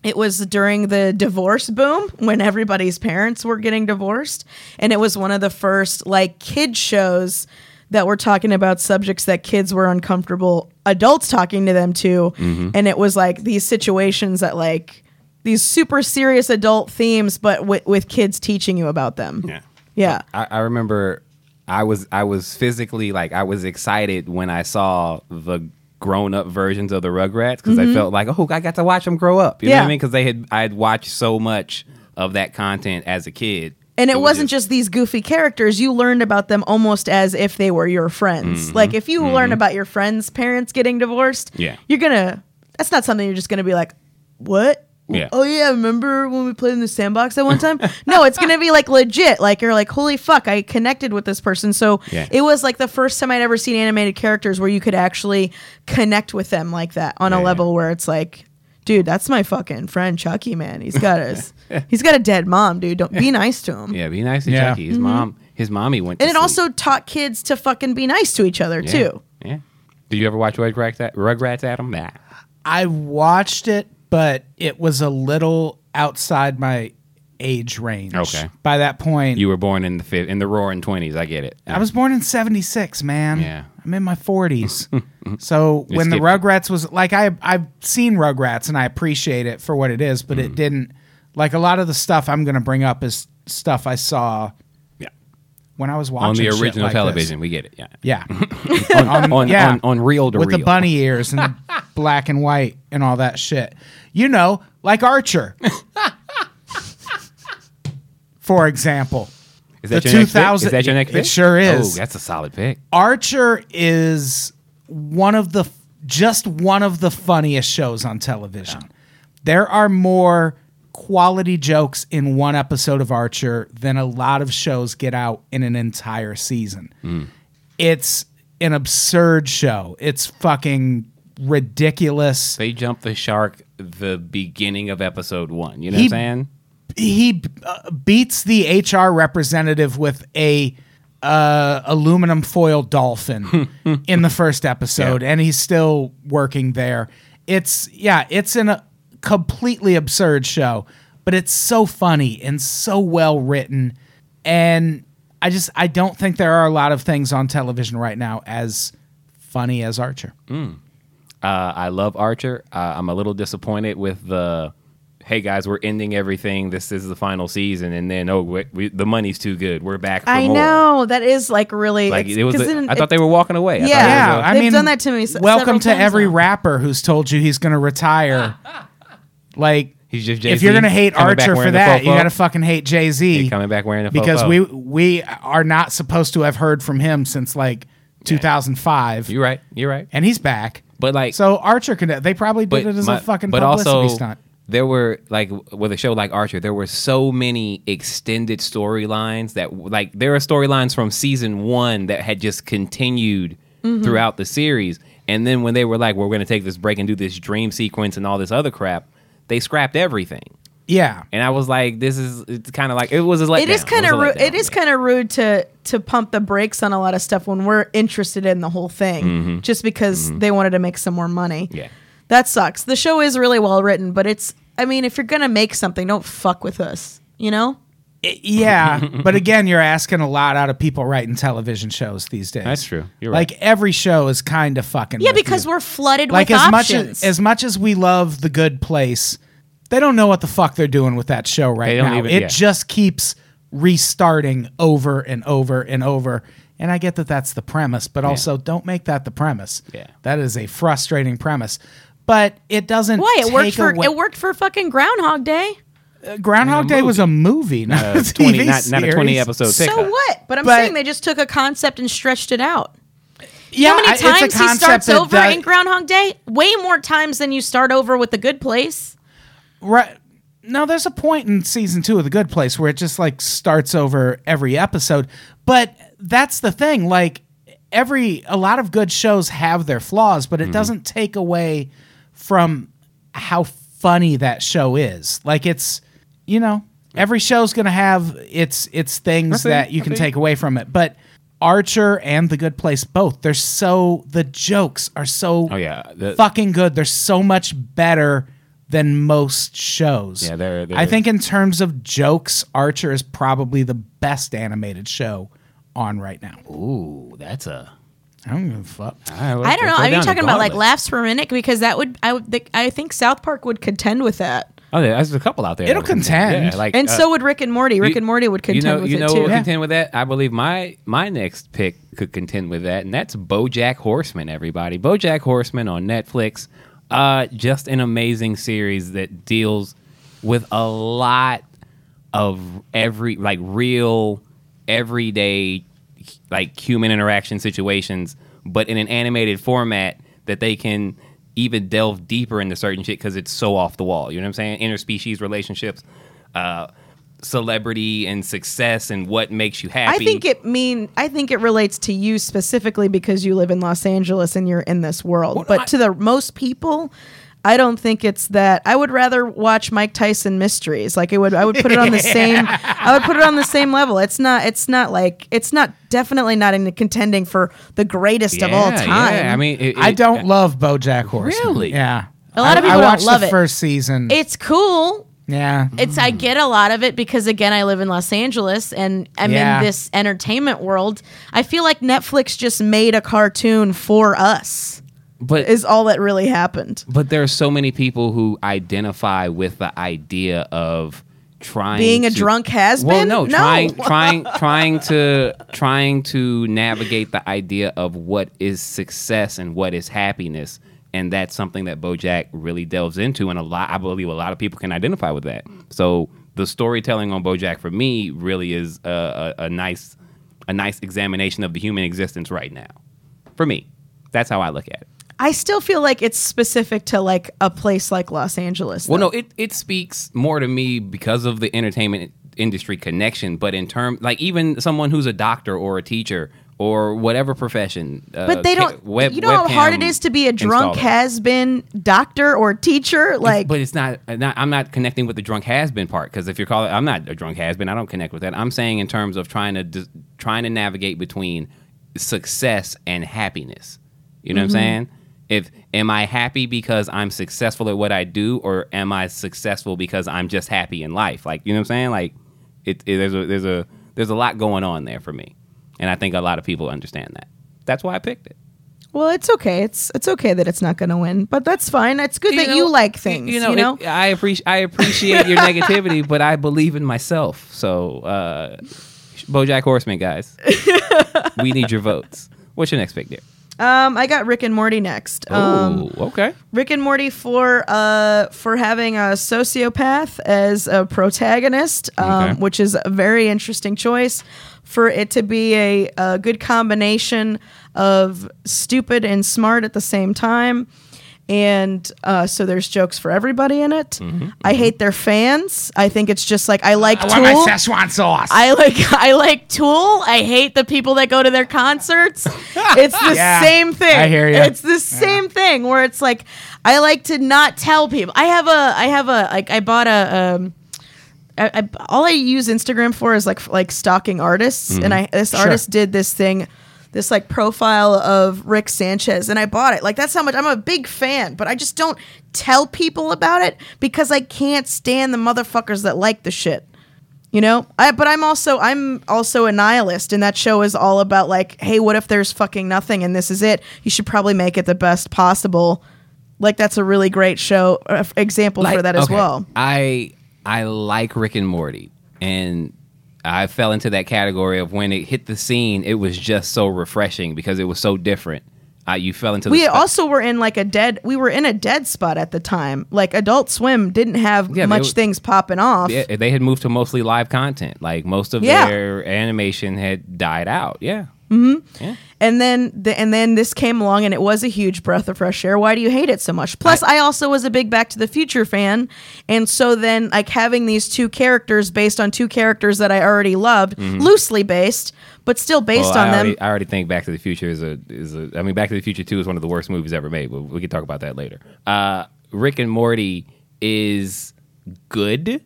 S4: it was during the divorce boom when everybody's parents were getting divorced and it was one of the first like kid shows that were talking about subjects that kids were uncomfortable adults talking to them too
S3: Mm-hmm.
S4: and it was like these situations that like these super serious adult themes but with with kids teaching you about them
S3: Yeah.
S4: yeah
S3: I, I remember I was I was physically like I was excited when I saw the grown up versions of the Rugrats because I felt like oh I got to watch them grow up. You know what
S4: Mm-hmm. Yeah.
S3: I mean? Because they had I had watched so much of that content as a kid.
S4: And it,
S3: was
S4: wasn't just, these goofy characters. You learned about them almost as if they were your friends. Like if you learn about your friends' parents getting divorced,
S3: Mm-hmm. Yeah.
S4: you're gonna. That's not something you're just gonna be like, what?
S3: Yeah.
S4: oh yeah, remember when we played in the sandbox that one time? no, it's gonna be like legit. Like you're like, holy fuck, I connected with this person. So
S3: Yeah.
S4: it was like the first time I'd ever seen animated characters where you could actually connect with them like that on a
S3: Yeah.
S4: level where it's like, dude, that's my fucking friend Chucky, man. He's got us. he's got a dead mom, dude. Don't be nice to him.
S3: Yeah, be nice to
S2: Yeah.
S3: Chucky. His mom, his mommy went. To
S4: Mm-hmm. And it
S3: sleep.
S4: also taught kids to fucking be nice to each other
S3: yeah.
S4: too.
S3: Yeah. Did you ever watch Rugrats? Rugrats, Adam? Nah.
S2: I watched it, but it was a little outside my age range.
S3: Okay.
S2: By that point,
S3: You were born in the fif- in the roaring twenties. I get it.
S2: I was born in 76, man.
S3: Yeah.
S2: I'm in my 40s. so
S3: You
S2: when the
S3: skipped it.
S2: Rugrats was like I I've seen Rugrats and I appreciate it for what it is, but
S3: Mm.
S2: it didn't like a lot of the stuff I'm going to bring up is stuff I saw
S3: Yeah.
S2: when I was watching
S3: On the
S2: shit
S3: original
S2: like this.
S3: television, we get it. Yeah.
S2: Yeah.
S3: on, on, on,
S2: yeah.
S3: on, on reel to
S2: With
S3: reel.
S2: the bunny ears and the black and white and all that shit. You know, like Archer. for example.
S3: Is that
S2: the
S3: your next pick?
S2: 2000
S3: Is that your next
S2: it
S3: pick?
S2: sure is.
S3: Oh, that's a solid pick.
S2: Archer is one of the just one of the funniest shows on television. There are more quality jokes in one episode of Archer than a lot of shows get out in an entire season. It's an absurd show. It's fucking ridiculous.
S3: They jumped the shark the beginning of episode one. You know
S2: He-
S3: what I'm saying?
S2: he uh, beats the HR representative with a uh, aluminum foil dolphin in the first episode, and he's still working there. It's yeah, it's in a completely absurd show, but it's so funny and so well written, and I just I don't think there are a lot of things on television right now as funny as Archer.
S3: Uh, I love Archer. Uh, I'm a little disappointed with the. Hey guys, we're ending everything. This is the final season, and then oh, we, we, the money's too good. We're back. For
S4: I
S3: more.
S4: know that is like really.
S3: Like
S4: it's-
S3: it was.
S4: 'cause
S3: a-
S4: then
S3: I thought
S4: it-
S3: they were walking away. I thought it was
S4: Yeah.
S3: a-
S4: They've done that to me se-
S2: welcome
S4: several
S2: to
S4: times
S2: every
S4: now.
S2: rapper who's told you he's going to retire. like
S3: He's just
S2: if
S3: Jay-Z,
S2: you're going to hate
S3: coming back
S2: Archer for
S3: wearing the
S2: that, you
S3: fofo.
S2: got to fucking hate Jay Z
S3: He coming back wearing the
S2: because
S3: fofo.
S2: we we are not supposed to have heard from him since like 2005,
S3: You're right. You're right.
S2: and he's back.
S3: But, like-
S2: so Archer can they probably did it as
S3: my-
S2: a fucking
S3: but
S2: publicity
S3: also,
S2: stunt.
S3: There were like with a show like Archer, there were so many extended storylines that like there are storylines from season one that had just continued
S2: Mm-hmm.
S3: throughout the series, and then when they were like, "We're going to take this break and do this dream sequence and all this other crap," they scrapped everything,
S2: Yeah,
S3: and I was like, "This is it's kind of like it was a letdown."
S4: It is kind
S3: It
S4: of
S3: was a
S4: ru- it
S3: letdown.
S4: is kind of rude to to pump the brakes on a lot of stuff when we're interested in the whole thing just because they wanted to make some more money.
S3: Mm-hmm. Yeah.
S4: that sucks. The show is really well written, but it's I mean, if you're gonna make something, don't fuck with us. You know?
S2: I- yeah, but again, you're asking a lot out of people writing television shows these days.
S3: That's true. You're
S2: like every show is kind of fucking
S5: Yeah,
S2: with you.
S5: because we're flooded
S2: like
S5: with
S2: as much as,
S5: options.
S2: as much as we love the good place they don't know what the fuck they're doing with that show right
S3: They don't
S2: now
S3: even-
S2: it
S3: yeah.
S2: just keeps restarting over and over and over and i get that that's the premise but also don't make that the premise
S3: Yeah.
S2: that is a frustrating premise but it doesn't
S5: Why it
S2: take
S5: worked for
S2: away-
S5: it worked for fucking Groundhog Day.
S2: groundhog day was a movie not, a
S3: Uh, 20
S2: TV
S3: not, not a
S2: series.
S3: 20 episode
S4: So
S3: pickup.
S4: what? But I'm
S2: But-
S4: saying they just took a concept and stretched it out.
S2: yeah
S5: How many
S2: I- it's a
S5: times he
S2: concept
S5: starts
S2: that
S5: over
S2: does-
S5: in Groundhog Day? Way more times than you start over with The Good Place.
S2: Right. No, there's a point in season two of The Good Place where it just like starts over every episode. But that's the thing. Like, every, a lot of good shows have their flaws, but it doesn't take away from how funny that show is. Like, it's, you know, every show's going to have its its things
S3: think-
S2: that you
S3: I
S2: can
S3: think-
S2: take away from it. But Archer and The Good Place both, they're so, the jokes are so
S3: Oh, yeah. The-
S2: fucking good. They're so much better than most shows.
S3: Yeah, they're- they're-
S2: I think in terms of jokes, Archer is probably the best animated show on right now.
S3: Ooh, that's a.
S2: I don't give a fuck.
S3: Ah,
S5: I don't know. Are you talking about like laughs per minute? Because that would I would think, I think South Park would contend with that,
S3: Oh, yeah, there's a couple out there. that
S2: It'll
S3: would Yeah,
S2: contend.
S3: like,
S4: And
S3: uh,
S4: so would Rick and Morty. Rick
S3: You-
S4: and Morty would contend
S3: you know,
S4: with
S3: you
S4: it
S3: know
S4: too.
S3: what would contend with that? I believe my my next pick could contend with that, and that's BoJack Horseman. Everybody, BoJack Horseman on Netflix. Uh, just an amazing series that deals with a lot of every like real everyday like human interaction situations, but in an animated format that they can even delve deeper into certain shit because it's so off the wall. You know what I'm saying? Interspecies relationships, uh, celebrity and success, and what makes you happy.
S4: I think it mean I think it relates to you specifically because you live in Los Angeles and you're in this world. but to the most people, I don't think it's that. I would rather watch Mike Tyson mysteries. Like it would I would put it on the same I would put it on the same level. It's not it's not like it's not definitely not in the contending for the greatest of all
S3: Yeah,
S4: time.
S3: Yeah, I mean, it-
S2: I
S3: it-
S2: don't love BoJack Horseman.
S3: Really?
S2: Yeah.
S5: A lot
S2: I,
S5: of people
S2: I
S5: don't
S2: watched
S5: love
S2: the
S5: it.
S2: first season.
S5: It's cool.
S2: yeah.
S5: It's
S3: Hmm.
S5: I get a lot of it because again I live in Los Angeles and I'm
S2: Yeah.
S5: in this entertainment world. I feel like Netflix just made a cartoon for us.
S3: But
S4: Is all that really happened.
S3: but there are so many people who identify with the idea of trying
S4: Being a
S3: to-
S4: drunk has
S3: Well,
S4: been?
S3: no,
S4: No.
S3: trying, trying, trying to trying to navigate the idea of what is success and what is happiness, and that's something that BoJack really delves into, and a lot, I believe, a lot of people can identify with that. So the storytelling on BoJack for me really is a, a, a nice, a nice examination of the human existence right now. For me, that's how I look at it.
S4: I still feel like it's specific to like a place like Los Angeles.
S3: Well,
S4: though.
S3: no, it, it speaks more to me because of the entertainment industry connection. But in term, like even someone who's a doctor or a teacher or whatever profession, uh,
S4: But they
S3: ca-
S4: don't.
S3: web-
S4: you know how
S3: webcam
S4: hard it is to be a drunk
S3: installer.
S4: has been doctor or teacher. Like
S3: But it's not, uh, not. I'm not connecting with the drunk has been part because if you're calling, I'm not a drunk has been. I don't connect with that. I'm saying in terms of trying to dis- trying to navigate between success and happiness. You know what I'm saying? If am I happy because I'm successful at what I do, or am I successful because I'm just happy in life? Like you know what I'm saying? Like it, it there's a there's a there's a lot going on there for me, and I think a lot of people understand that. That's why I picked it.
S4: well, it's okay. It's it's okay that it's not going to win, but that's fine. It's good that
S3: know,
S4: you like things. You know,
S3: it- I appreciate I appreciate your negativity, but I believe in myself. So, uh, BoJack Horseman, guys, we need your votes. What's your next pick, there?
S4: um, I got Rick and Morty next. Um,
S3: oh, okay.
S4: Rick and Morty for uh for having a sociopath as a protagonist, um,
S3: Okay.
S4: which is a very interesting choice. For it to be a, a good combination of stupid and smart at the same time, and uh, so there's jokes for everybody in it.
S3: Mm-hmm.
S4: I hate their fans. I think it's just like I like
S2: I want my
S4: Tool.
S2: Szechuan sauce.
S5: I like I like Tool. I hate the people that go to their concerts.
S4: It's the
S2: Yeah.
S4: same thing.
S2: I hear ya.
S4: It's the same thing where it's like I like to not tell people.
S5: I have a I have a like I bought a um
S4: I, I, all I use Instagram for is like like stalking artists, and
S2: Mm-hmm.
S4: I this artist did this thing, this like profile of Rick Sanchez, and I bought it. Like that's how much I'm a big fan, but I just don't tell people about it because I can't stand the motherfuckers that like the shit. You know, I, but I'm also I'm also a nihilist, and that show is all about like, hey, what if there's fucking nothing and this is it? You should probably make it the best possible. Like that's a really great show uh, example for that as
S3: okay.
S4: well.
S3: I I like Rick and Morty, and I fell into that category of when it hit the scene, it was just so refreshing because it was so different. Uh, you fell into the
S4: we
S3: spot-
S4: also were in like a dead we were in a dead spot at the time like adult swim didn't have
S3: Yeah, they
S4: much
S3: were-
S4: things popping off
S3: Yeah, they had moved to mostly live content. Like most of
S4: Yeah.
S3: their animation had died out. Yeah.
S4: and then the, and then this came along and it was a huge breath of fresh air why do you hate it so much plus I, also was a big back to the future fan and so then like having these two characters based on two characters that i already loved loosely based but still based
S3: Mm-hmm. Well,
S4: on
S3: I already,
S4: them
S3: I already think Back to the Future is a is a. I mean, Back to the Future Two is one of the worst movies ever made. But we can talk about that later. Uh, Rick and Morty is good,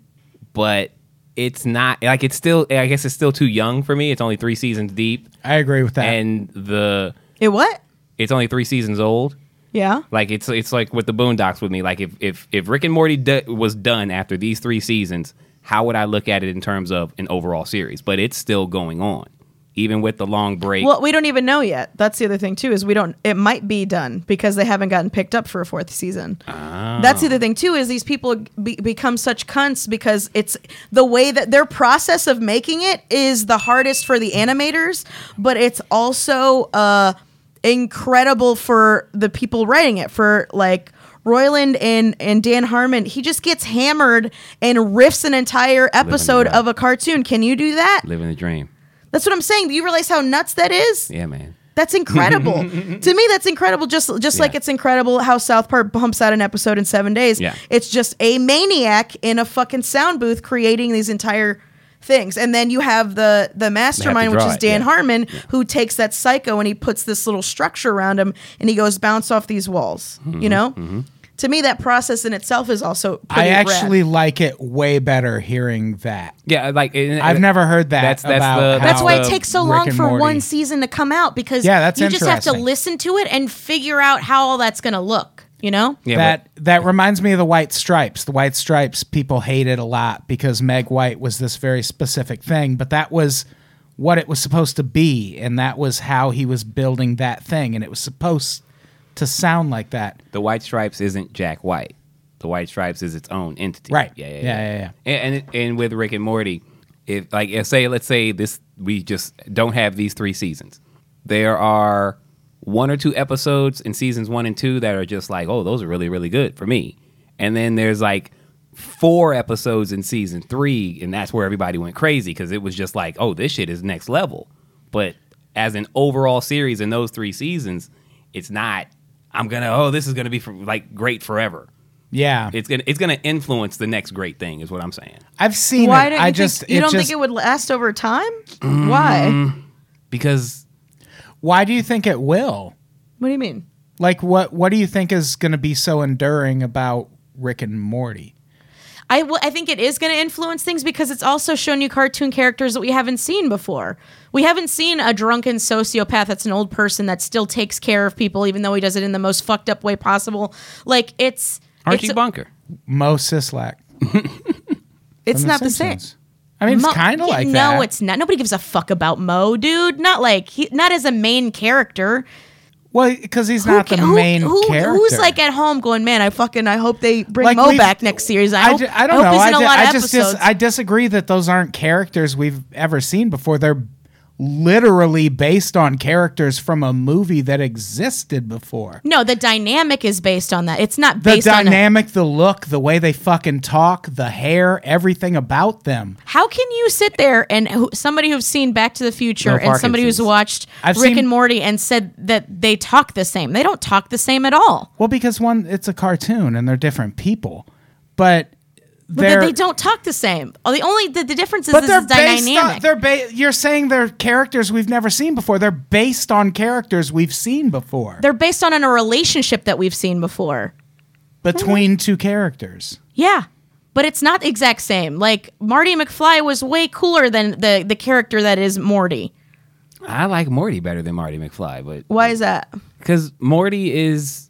S3: but it's not like it's still. I guess it's still too young for me. It's only three seasons deep,
S2: I agree with that.
S3: and the
S4: it what
S3: it's only three seasons old.
S4: yeah
S3: Like it's it's like with the Boondocks with me. Like if if if Rick and Morty d- was done after these three seasons, how would I look at it in terms of an overall series? But it's still going on, even with the long break.
S4: Well, we don't even know yet. That's the other thing too is we don't. It might be done because they haven't gotten picked up for a fourth season. That's the other thing too is these people be, become such cunts because it's the way that their process of making it is the hardest for the animators, but it's also uh, incredible for the people writing it for like. Royland and, and Dan Harmon, he just gets hammered and riffs an entire episode
S3: rock.
S4: of a cartoon. Can you do that?
S3: Living the dream.
S4: That's what I'm saying. Do you realize how nuts that is?
S3: Yeah, man.
S4: That's incredible. to me, that's incredible. Just just like it's incredible how South Park bumps out an episode in seven days.
S3: Yeah.
S4: It's just a maniac in a fucking sound booth creating these entire things. And then you have the the mastermind, which
S3: draw
S4: is
S3: it,
S4: Dan
S3: yeah.
S4: Harmon, who takes that psycho and he puts this little structure around him and he goes bounce off these walls.
S3: Mm-hmm.
S4: You know? To me, that process in itself is also
S2: I
S4: pretty rad.
S2: actually like it way better hearing that.
S3: Yeah, like and-
S2: I've never heard that.
S3: That's- that's
S2: about
S3: the-
S2: how
S5: That's why it
S3: the
S5: takes so
S2: Rick
S5: long
S2: and
S5: for
S2: Morty-
S5: one season to come out because
S2: Yeah, that's
S5: you just have to
S2: interesting.
S5: listen to it and figure out how all that's going to look, you know?
S3: Yeah,
S2: that that reminds me of the White Stripes. The White Stripes people hated a lot because Meg White was this very specific thing, but that was what it was supposed to be, and that was how he was building that thing, and it was supposed to sound like that.
S3: The White Stripes isn't Jack White. The White Stripes is its own entity.
S2: Right.
S3: Yeah. Yeah. Yeah.
S2: Yeah, yeah,
S3: And, and and with Rick and Morty, if like if say let's say this we just don't have these three seasons, there are one or two episodes in seasons one and two that are just like oh those are really really good for me, and then there's like four episodes in season three, and that's where everybody went crazy because it was just like oh this shit is next level, but as an overall series in those three seasons, it's not. I'm gonna oh this is gonna be for, like great forever.
S2: Yeah,
S3: It's gonna it's gonna influence the next great thing is what I'm saying.
S2: I've seen
S4: Why
S2: it.
S4: don't you
S2: I
S4: think-
S2: just
S4: you
S2: it
S4: don't
S2: just,
S4: think it would last over time?
S3: Mm-hmm.
S4: Why?
S3: Because
S2: Why do you think it will?
S4: What do you mean?
S2: Like what what do you think is going to be so enduring about Rick and Morty?
S5: I, w- I think it is going to influence things because it's also shown you cartoon characters that we haven't seen before. We haven't seen a drunken sociopath that's an old person that still takes care of people, even though he does it in the most fucked up way possible. Like, it's.
S3: Archie
S5: it's-
S3: Bunker.
S2: Mo Sislak.
S4: It's
S2: from
S4: not the same.
S2: Simpsons. I mean, it's
S5: Mo-
S2: kind of
S5: Yeah,
S2: like
S5: no,
S2: that.
S5: it's not. Nobody gives a fuck about Mo, dude. Not like he, not as a main character.
S2: well because he's not
S5: Who
S2: the
S5: ca- who-
S2: main
S5: who-
S2: character.
S5: Who's like at home going, man, I fucking, I hope they bring
S2: Like,
S5: Mo
S2: we've-
S5: back next series. I, hope,
S2: ju- I don't
S5: hope
S2: know.
S5: he's
S2: I,
S5: in a
S2: ju-
S5: lot of
S2: I just dis-
S5: episodes.
S2: I disagree that those aren't characters we've ever seen before. They're literally based on characters from a movie that existed before.
S5: no, the dynamic is based on that. It's not
S2: The
S5: based on. A,
S2: dynamic, the look, the way they fucking talk, the hair, everything about them.
S5: how can you sit there and who, somebody who's seen Back to the Future
S3: No
S5: and somebody who's
S3: Parkinson's.
S5: watched
S2: I've
S5: Rick
S2: seen-
S5: and Morty and said that they talk the same? They don't talk the same at all.
S2: Well, because one, it's a cartoon and they're different people, but
S5: But that
S2: they're
S5: they don't talk the same. Oh, The only the, the difference is
S2: But
S5: this
S2: they're
S5: is
S2: based
S5: dynamic.
S2: on they're ba- you're saying they're characters we've never seen before. They're based on characters we've seen before
S5: they're based on a relationship that we've seen before.
S2: between two characters.
S5: Yeah. But it's not the exact same. Like Marty McFly was way cooler than the the character that is Morty.
S3: I like Morty better than Marty McFly, but
S4: Why is that?
S3: because Morty is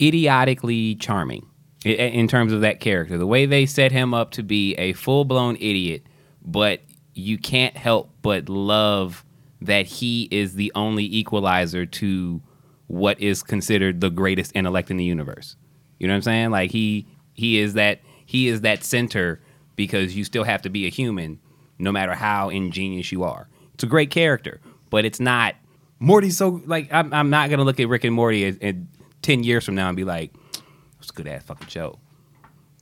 S3: idiotically charming i- in terms of that character. The way they set him up to be a full blown idiot, but you can't help but love that he is the only equalizer to what is considered the greatest intellect in the universe. You know what I'm saying? Like he he is that he is that center because you still have to be a human no matter how ingenious you are. It's a great character, but it's not Morty's so like I'm, I'm not gonna look at Rick and Morty as, in ten years from now and be like, it's a good ass fucking show.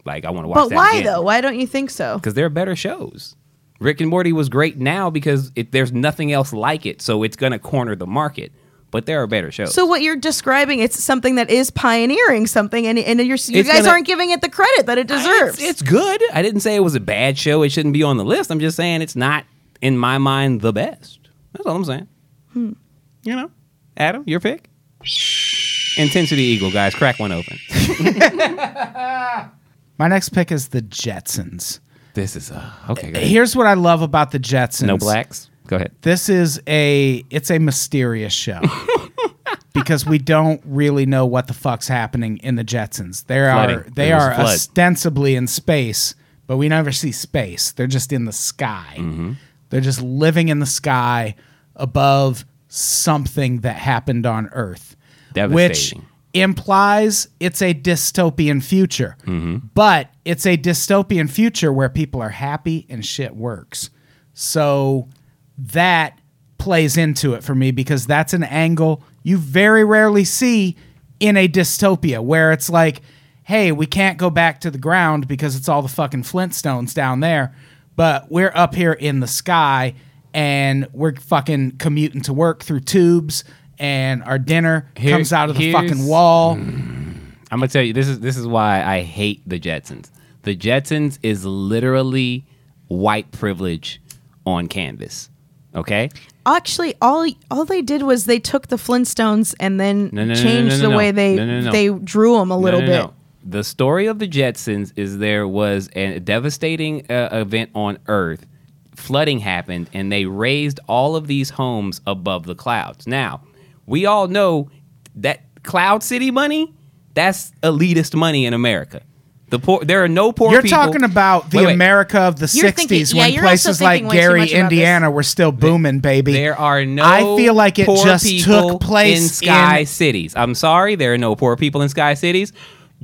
S3: Like I want to watch.
S4: But why though? Why don't you think so?
S3: Because there are better shows. Rick and Morty was great now because it, there's nothing else like it, so it's gonna corner the market. But there are better shows.
S4: So what you're describing, it's something that is pioneering something, and, and you're, you
S3: It's
S4: guys
S3: gonna-
S4: aren't giving it the credit that it deserves.
S3: It's, it's good. I didn't say it was a bad show. It shouldn't be on the list. I'm just saying it's not, in my mind, the best. That's all I'm saying.
S4: Hmm.
S3: You know, Adam, your pick. Intensity Eagle, guys, crack one open.
S2: My next pick is the Jetsons.
S3: this is uh, okay. Go ahead.
S2: Here's what I love about the Jetsons.
S3: No blacks. Go ahead.
S2: This is a it's a mysterious show. because we don't really know what the fuck's happening in the Jetsons. They
S3: Flooding.
S2: are they
S3: There was
S2: are
S3: a flood.
S2: ostensibly in space, but we never see space. They're just in the sky.
S3: Mm-hmm.
S2: They're just living in the sky above something that happened on Earth. Which
S3: Devastating.
S2: implies it's a dystopian future. But it's a dystopian future where people are happy and shit works. So that plays into it for me because that's an angle you very rarely see in a dystopia where it's like, hey, we can't go back to the ground because it's all the fucking Flintstones down there, but we're up here in the sky and we're fucking commuting to work through tubes and our dinner
S3: Here-
S2: comes out of the
S3: here's- Mm-hmm.
S2: fucking wall.
S3: I'm gonna tell you this is this is why I hate the Jetsons. The Jetsons is literally white privilege on canvas. Okay?
S4: Actually, all all they did was they took the Flintstones and then
S3: No, no, no, no,
S4: changed
S3: no,
S4: the
S3: no.
S4: way they
S3: No, no, no.
S4: they drew them a little
S3: no, no,
S4: bit.
S3: No. The story of the Jetsons is there was a devastating uh, event on Earth. Flooding happened, and they raised all of these homes above the clouds. Now, we all know that Cloud City money, that's elitist money in America. The poor, there are no poor
S2: You're
S3: people.
S2: talking about the
S3: Wait, wait.
S2: America of the
S5: You're
S2: 60s
S5: thinking- yeah,
S2: when
S5: you're also
S2: places like
S5: thinking way too
S2: Gary,
S5: much about
S2: Indiana were still booming, baby.
S3: There are no.
S2: I feel like it
S3: poor
S2: just
S3: people
S2: took place
S3: in Sky
S2: in-
S3: Cities. I'm sorry, there are no poor people in Sky Cities.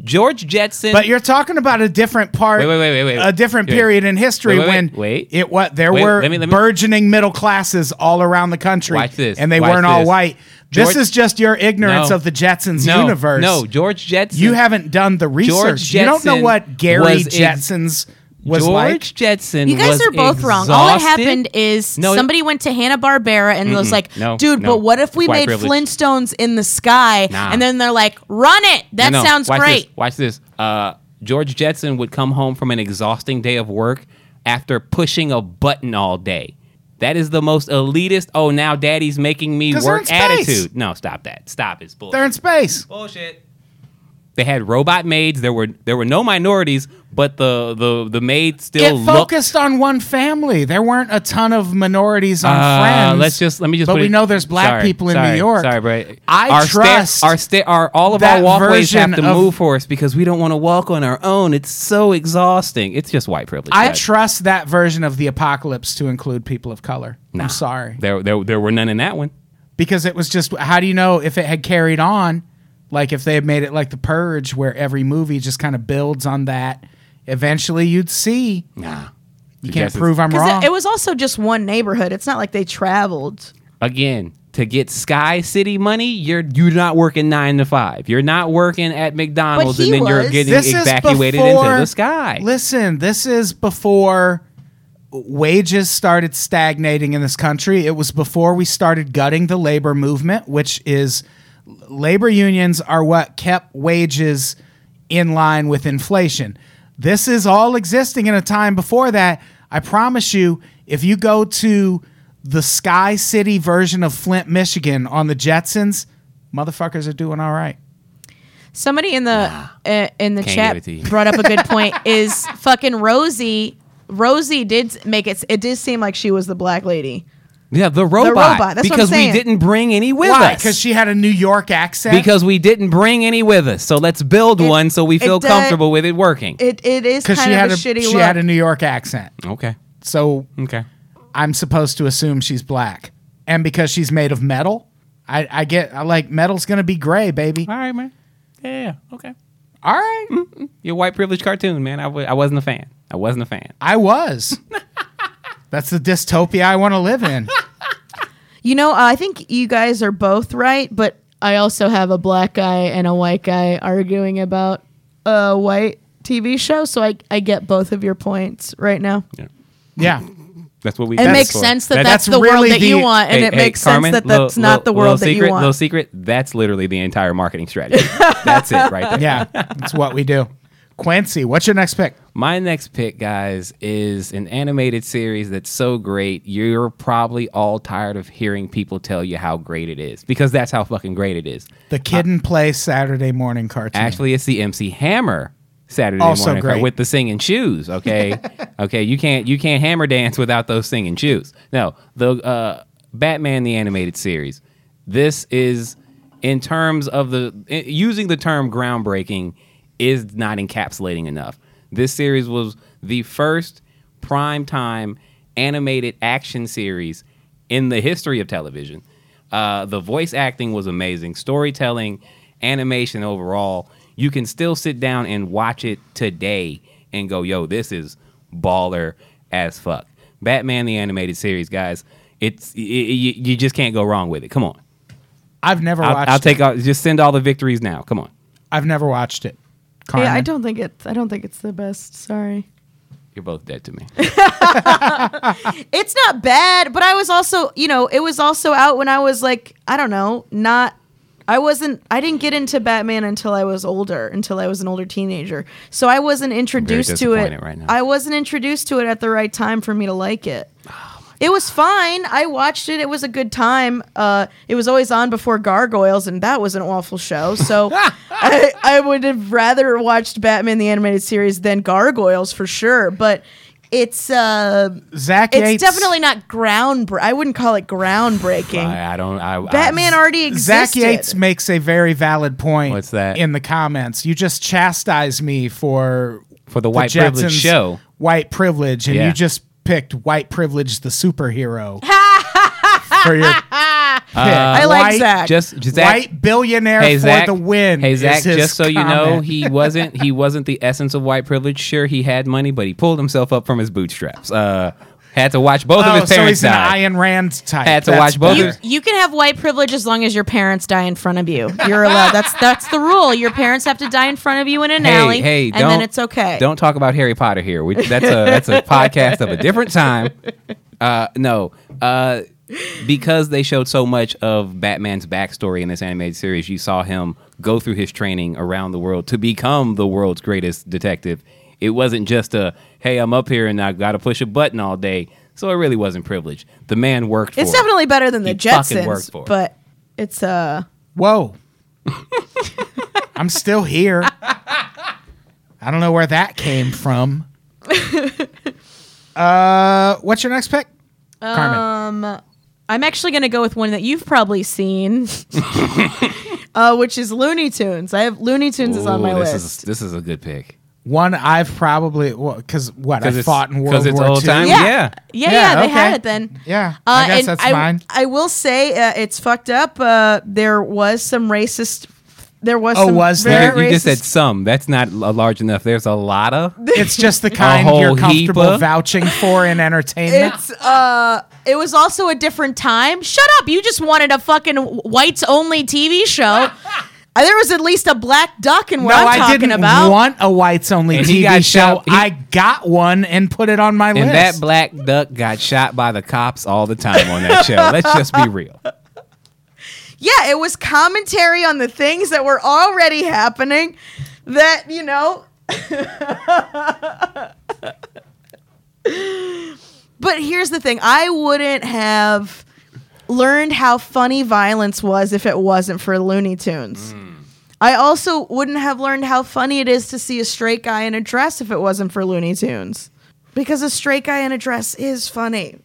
S3: George Jetson,
S2: But you're talking about a different part,
S3: Wait, wait, wait, wait, wait.
S2: a different
S3: Wait.
S2: period in history
S3: Wait, wait,
S2: when
S3: wait, wait.
S2: it what there
S3: Wait,
S2: were
S3: let me- let me-
S2: burgeoning middle classes all around the country,
S3: Watch this,
S2: and they
S3: watch
S2: weren't all
S3: this.
S2: white. this
S3: George-
S2: is just your ignorance
S3: No.
S2: of the Jetsons
S3: no,
S2: universe.
S3: No, George Jetson.
S2: you haven't done the research. you don't know
S3: Jetson
S2: what Gary
S3: was ex-
S2: Jetsons was
S3: George
S2: like.
S3: Jetson.
S5: You guys
S3: was
S5: are both wrong. All that
S3: exhausted.
S5: happened is
S3: No, it-
S5: somebody went to Hanna Barbera and was like,
S3: No,
S5: "Dude,
S3: no.
S5: but what if we
S3: White
S5: made
S3: privilege.
S5: Flintstones in the sky?"
S3: Nah.
S5: And then they're like, "Run it! That
S3: No, no,
S5: sounds
S3: watch
S5: great."
S3: This, watch this. Uh, George Jetson would come home from an exhausting day of work after pushing a button all day. That is the most elitist. Oh, now daddy's making me
S2: 'Cause they're
S3: work
S2: in space.
S3: attitude. No, stop that. Stop it. Bullshit.
S2: They're in space.
S3: bullshit. They had robot maids. There were there were no minorities, but the the the maids still
S2: it
S3: looked-
S2: focused on one family. There weren't a ton of minorities on
S3: Uh,
S2: Friends.
S3: Let's just let me just.
S2: But
S3: put
S2: we
S3: it-
S2: know there's black
S3: Sorry,
S2: people in
S3: sorry,
S2: New York.
S3: Sorry, but
S2: I
S3: our
S2: trust
S3: sta- our sta- our all of
S2: that
S3: our walkways
S2: version
S3: have to
S2: of-
S3: move for us because we don't want to walk on our own. It's so exhausting. It's just white privilege.
S2: I
S3: guys.
S2: trust that version of the apocalypse to include people of color.
S3: Nah.
S2: I'm sorry.
S3: There, there there were none in that one.
S2: Because it was just how do you know if it had carried on? Like if they had made it like The Purge where every movie just kind of builds on that, eventually you'd see.
S3: Nah,
S2: You can't prove I'm
S4: Because
S2: wrong.
S4: it, it was also just one neighborhood. It's not like they traveled.
S3: again to get Sky City money. You're you're not working nine to five. You're not working at McDonald's,
S4: But he
S3: and then you're
S4: was.
S3: getting
S2: this is
S3: evacuated
S2: before,
S3: into the sky.
S2: Listen, this is before wages started stagnating in this country. It was before we started gutting the labor movement, which is labor unions are what kept wages in line with inflation. This is all existing in a time before that. I promise you, if you go to the Sky City version of Flint, Michigan on the Jetsons, motherfuckers are doing all right.
S5: Somebody in the uh, in the
S3: Can't give it
S5: chat
S3: to you.
S5: brought up a good point. Is fucking Rosie? Rosie did make it.
S4: It did seem like she was the black lady.
S3: Yeah, the robot.
S4: robot, that's what I'm
S3: because we
S4: saying.
S3: didn't bring any with
S2: Why?
S3: us.
S2: Because she had a New York accent.
S3: because we didn't bring any with us. So let's build
S4: It-
S3: one so we
S4: it
S3: feel
S4: does-
S3: comfortable with it working.
S4: It it is kind
S2: because she
S4: of
S2: had
S4: a,
S2: a,
S4: shitty
S2: she
S4: look.
S2: had a New York accent.
S3: okay.
S2: So
S3: Okay.
S2: I'm supposed to assume she's black, and because she's made of metal, I, I get I like metal's gonna be gray, baby.
S3: All right, man. Yeah. Okay.
S2: All right.
S3: Your white privilege cartoon, man. I w- I wasn't a fan. I wasn't a fan.
S2: I was. That's the dystopia I want to live in.
S4: you know, I think you guys are both right, but
S5: I also have a black guy and a white guy arguing about
S4: a white TV show, so I I get both of your points right now.
S2: Yeah.
S3: That's what we.
S5: It
S3: did
S5: makes
S3: for.
S5: sense that
S3: That-
S5: that's,
S2: that's
S5: the
S2: really
S5: world that you
S2: the-
S5: want, and
S3: Hey,
S4: it
S3: hey,
S4: makes sense
S3: Carmen,
S4: that
S3: little-
S4: that's not the
S3: little-
S4: world
S3: little
S4: that you
S3: secret,
S4: want.
S3: Little secret. That's literally the entire marketing strategy. that's it right there.
S2: Yeah. That's what we do. Quincy, what's your next pick?
S3: My next pick, guys, is an animated series that's so great. You're probably all tired of hearing people tell you how great it is because that's how fucking great it is.
S2: The Kid and Play Saturday morning cartoon.
S3: Actually, it's the MC Hammer Saturday
S2: Also
S3: morning
S2: great.
S3: with the singing shoes. Okay, okay, you can't you can't hammer dance without those singing shoes. No, the uh, Batman the animated series. This is in terms of the i- using the term groundbreaking is not encapsulating enough. This series was the first prime time animated action series in the history of television. Uh, the voice acting was amazing, storytelling, animation overall. You can still sit down and watch it today and go, yo, this is baller as fuck. Batman the animated series, guys. It's y- y- y- you just can't go wrong with it. Come on,
S2: I've never
S3: I'll,
S2: watched
S3: I'll take
S2: it.
S3: all, just send all the victories now. Come on,
S2: I've never watched it.
S4: Yeah, I
S2: Carmen?
S4: don't think it. I don't think it's the best. Sorry.
S3: You're both dead to me.
S4: It's not bad, but I was also, you know, it was also out when I was like, I don't know, not. I wasn't. I didn't get into Batman until I was older, until I was an older teenager. So I wasn't introduced to it.
S3: disappointed right now.
S4: I wasn't introduced to it at the right time for me to like it.
S3: Oh
S4: it was fine. I watched it. It was a good time. Uh, it was always on before Gargoyles, and that was an awful show. So I, I would have rather watched Batman the animated series than Gargoyles for sure. But it's. Uh,
S2: Zach
S4: it's
S2: Yates.
S4: definitely not ground. I wouldn't call it groundbreaking.
S3: I, I don't. I,
S4: Batman
S3: I,
S4: already existed.
S2: Zach Yates makes a very valid point.
S3: What's that?
S2: In the comments, you just chastise me for
S3: For the white privilege
S2: Jetsons'
S3: show.
S2: White privilege, and
S3: Yeah.
S2: you just picked white privilege, the superhero. for your pick. I
S4: like Zach.
S3: just Zach.
S2: White billionaire
S3: Hey
S2: for
S3: Zach,
S2: the win.
S3: Hey
S2: is
S3: Zach,
S2: his
S3: just so you know,
S2: comment.
S3: he wasn't he wasn't the essence of white privilege. Sure, he had money, but he pulled himself up from his bootstraps. Uh, had to watch both
S2: Oh,
S3: of his
S2: so
S3: parents
S2: he's an
S3: die.
S2: Ayn Rand type.
S3: Had to
S2: That's
S3: watch both
S4: You,
S3: of
S4: you can have white privilege as long as your parents die in front of you. You're allowed. That's that's the rule. Your parents have to die in front of you in an alley,
S3: Hey, hey,
S4: and
S3: don't,
S4: then it's okay.
S3: Don't talk about Harry Potter here. We, that's a that's a podcast of a different time. Uh, no, uh, because they showed so much of Batman's backstory in this animated series. You saw him go through his training around the world to become the world's greatest detective. It wasn't just a hey, I'm up here and I got to push a button all day. So it really wasn't privilege. The man worked.
S4: It's
S3: for it.
S4: definitely better than the
S3: He fucking worked for
S4: Jetsons,
S3: it.
S4: but it's uh
S2: Whoa. I'm still here. I don't know where that came from. uh, what's your next pick? Carmen.
S4: Um, I'm actually going to go with one that you've probably seen, uh, which is Looney Tunes. I have Looney Tunes is on
S3: Ooh,
S4: my
S3: this
S4: list.
S3: Is, this is a good pick.
S2: One I've probably because what I
S3: 'Cause it's-
S2: fought in World
S3: 'cause it's
S2: War
S3: old
S2: II.
S3: time?
S4: yeah.
S3: Yeah.
S4: Yeah, yeah,
S2: Yeah,
S4: they had
S2: okay.
S4: it then.
S2: Yeah, I guess
S4: Uh, and
S2: that's
S4: I,
S2: mine.
S4: I will say uh, it's fucked up. Uh, there was some racist. There was
S2: Oh,
S4: some
S2: was
S4: very
S2: there?
S3: You just
S4: racist-
S3: said some. That's not a large enough. There's a lot of.
S2: It's just the kind
S3: whole
S2: you're comfortable
S3: heap of-
S2: vouching for in entertainment.
S4: It's uh, it was also a different time. Shut up! You just wanted a fucking whites only TV show. Uh, there was at least a black duck in what
S2: no,
S4: I'm
S2: I
S4: talking
S2: didn't
S4: about.
S2: want a whites only
S3: And he
S2: TV
S3: got
S2: show.
S3: shot- he-
S2: I got one and put it on my
S3: And
S2: list.
S3: that black duck got shot by the cops all the time on that show. Let's just be real.
S4: yeah, it was commentary on the things that were already happening. That you know. but here's the thing: I wouldn't have learned how funny violence was if it wasn't for Looney Tunes. I also wouldn't have learned how funny it is to see a straight guy in a dress if it wasn't for Looney Tunes, because a straight guy in a dress is funny.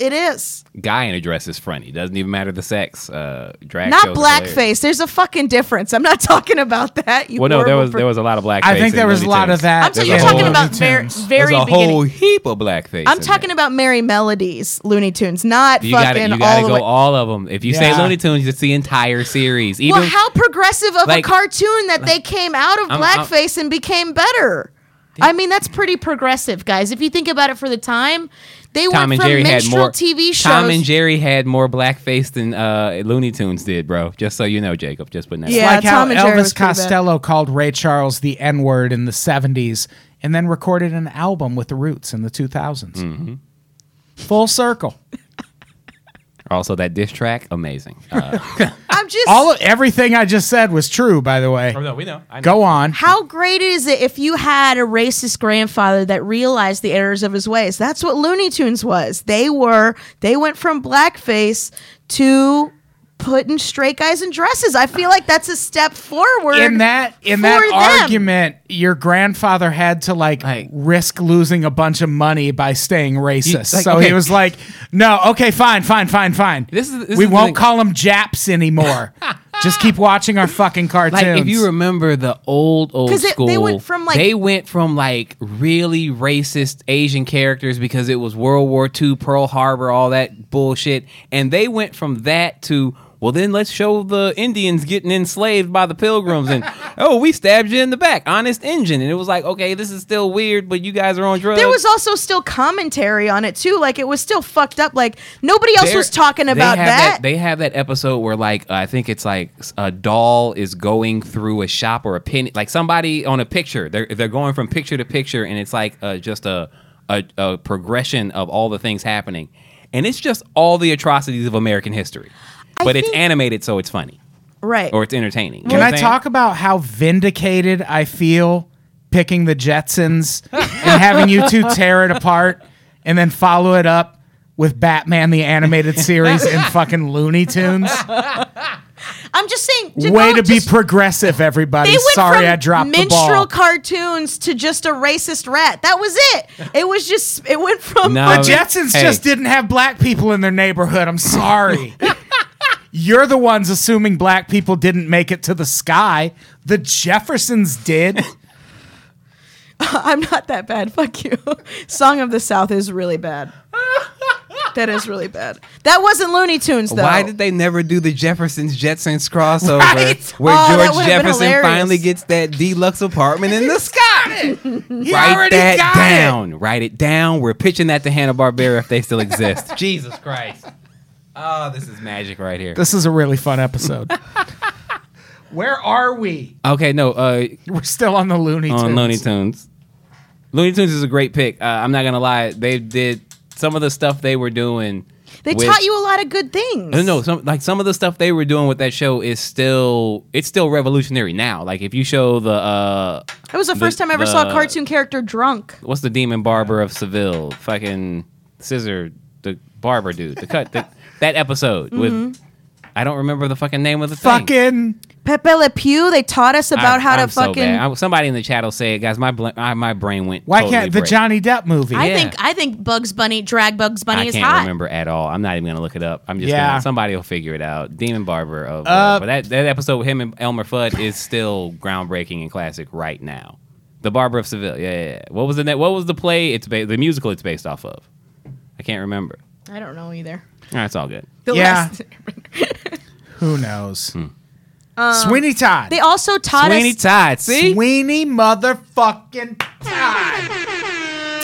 S4: It is.
S3: Guy in a dress is funny. Doesn't even matter the sex. Uh, drag
S4: not
S3: shows are hilarious.
S4: blackface. There's a fucking difference. I'm not talking about that. You
S3: Well, no, there
S4: horrible
S3: was
S4: per-
S3: there was a lot of blackface.
S2: I think there
S3: in
S2: was a
S3: Looney
S2: lot
S3: Tunes.
S2: of that.
S4: I'm so
S3: There's
S4: you're
S3: a
S4: talking
S3: whole-
S4: about very,
S2: Tunes.
S4: very
S3: There's a
S4: beginning.
S3: whole heap of blackface.
S4: I'm
S3: in
S4: talking
S3: there.
S4: about Merry Melodies, Looney Tunes, not
S3: You gotta,
S4: fucking
S3: you gotta
S4: all
S3: go
S4: the way.
S3: all of them. If you
S2: Yeah.
S3: say Looney Tunes, it's the entire series. Even
S4: well, how progressive of
S3: like-
S4: a cartoon that they came out of
S3: I'm- I'm-
S4: blackface and became better. I mean, that's pretty progressive, guys. If you think about it for the time, they
S3: Tom
S4: went
S3: and
S4: from
S3: Jerry had
S4: minstrel
S3: more
S4: TV shows.
S3: Tom and Jerry had more blackface than uh, Looney Tunes did, bro. Just so you know, Jacob. Just putting that.
S4: Yeah.
S3: out.
S2: like how
S4: Tom and Jerry was
S2: Elvis
S4: pretty bad.
S2: Costello called Ray Charles the N word in the 70s and then recorded an album with the Roots in the 2000s. Full circle.
S3: Also, that diss track, amazing. Uh,
S4: I'm just
S2: All of, everything I just said was true, by the way.
S3: no, we know. I know.
S2: Go on.
S4: How great is it if you had a racist grandfather that realized the errors of his ways? That's what Looney Tunes was. They were they went from blackface to putting straight guys in dresses. I feel like that's a step forward.
S2: In that in
S4: for
S2: that
S4: them.
S2: argument, your grandfather had to like,
S3: Like-
S2: risk losing a bunch of money by staying racist.
S3: like,
S2: so he
S3: okay.
S2: was like, "No, okay, fine, fine, fine, fine.
S3: This is- this
S2: we
S3: is the
S2: won't
S3: thing.
S2: call them Japs anymore. Just keep watching our fucking cartoons."
S3: Like if you remember the old old
S4: 'Cause it-
S3: school,
S4: they went from, like-
S3: they went from like really racist Asian characters because it was World War II, Pearl Harbor, all that bullshit, and they went from that to well, then let's show the Indians getting enslaved by the Pilgrims, and oh, we stabbed you in the back, honest Injun, and it was like okay, this is still weird, but you guys are on drugs.
S2: uh,
S4: there was also still commentary on it too. Like it was still fucked up. Like nobody else
S3: They're-
S4: was talking
S3: they
S4: about
S3: have
S4: that.
S3: They have that episode where like uh, I think it's like a doll is going through a shop or a penny, like somebody on a picture. They're they're going from picture to picture, and it's like uh, just a a, a progression of all the things happening, and it's just all the atrocities of American history.
S4: I
S3: But it's
S4: think-
S3: animated, so it's funny
S4: Right.
S3: or it's entertaining. You know
S2: Can
S3: what
S2: I
S3: I'm saying?
S2: talk about how vindicated I feel picking the Jetsons and having you two tear it apart and then follow it up with Batman the animated series and fucking Looney Tunes?
S5: I'm just saying.
S2: Way
S5: Janelle,
S2: to be
S5: just-
S2: progressive, everybody.
S5: They went
S2: Sorry
S5: from
S2: I dropped the
S5: minstrel
S2: ball.
S5: cartoons to just a racist rat. That was it. It was just. It went from.
S3: No.
S2: the
S3: I mean,
S2: Jetsons
S3: Oh, hey.
S2: just didn't have black people in their neighborhood. I'm sorry. You're the ones assuming black people didn't make it to the sky. The Jeffersons did.
S4: I'm not that bad. Fuck you. Song of the South is really bad. That is really bad. That wasn't Looney Tunes though.
S3: Why did they never do the Jeffersons Jetsons crossover
S2: Right?
S3: where
S4: Oh, that
S3: George
S4: would've been
S3: Jefferson
S4: hilarious.
S3: finally gets that deluxe apartment in the sky?
S2: He
S3: Write
S2: already
S3: that
S2: got it.
S3: down. Write it down. We're pitching that to Hanna Barbera if they still exist. Jesus Christ. Oh, this is magic right here.
S2: This is a really fun episode. Where are we?
S3: Okay, no, uh,
S2: We're still on the Looney Tunes.
S3: on Looney Tunes. Looney Tunes is a great pick. Uh, I'm not gonna lie, they did some of the stuff they were doing.
S4: They
S3: with- Uh,
S4: taught you a lot of good things.
S3: No, no, some like some of the stuff they were doing with that show is still it's still revolutionary now. Like if you show the uh
S4: That was the first time I ever
S3: the-
S4: saw a cartoon character drunk.
S3: what's the demon barber of Seville? Fucking scissor the barber dude. The cut the, that episode with I don't remember the fucking name of the thing.
S2: Fucking
S4: Pepe Le Pew. They taught us
S3: I-
S4: about how
S3: I'm
S4: to
S3: so
S4: fucking.
S3: bad. I- somebody in the chat will say it, guys. My bl- I, my brain went.
S2: why
S3: totally
S2: can't the
S3: blank.
S2: Johnny Depp movie?
S5: I
S3: Yeah.
S5: think. I think Bugs Bunny drag Bugs Bunny
S3: I
S5: is
S3: can't
S5: hot.
S3: remember at all. I'm not even gonna look it up. I'm just
S2: Yeah.
S3: gonna somebody will figure it out. Demon Barber of uh,
S2: Uh,
S3: but that, that episode with him and Elmer Fudd is still groundbreaking and classic right now. The Barber of Seville. Yeah, yeah, yeah. What was the net? What was the play? It's ba- the musical. It's based off of. I can't remember.
S5: I don't know either.
S3: All right, it's all good.
S4: The
S2: Yeah.
S4: last-
S2: Who knows?
S3: Hmm.
S4: Um,
S2: Sweeney Todd.
S5: They also taught
S3: Sweeney
S5: us.
S3: Todd. See,
S2: Sweeney motherfucking Todd.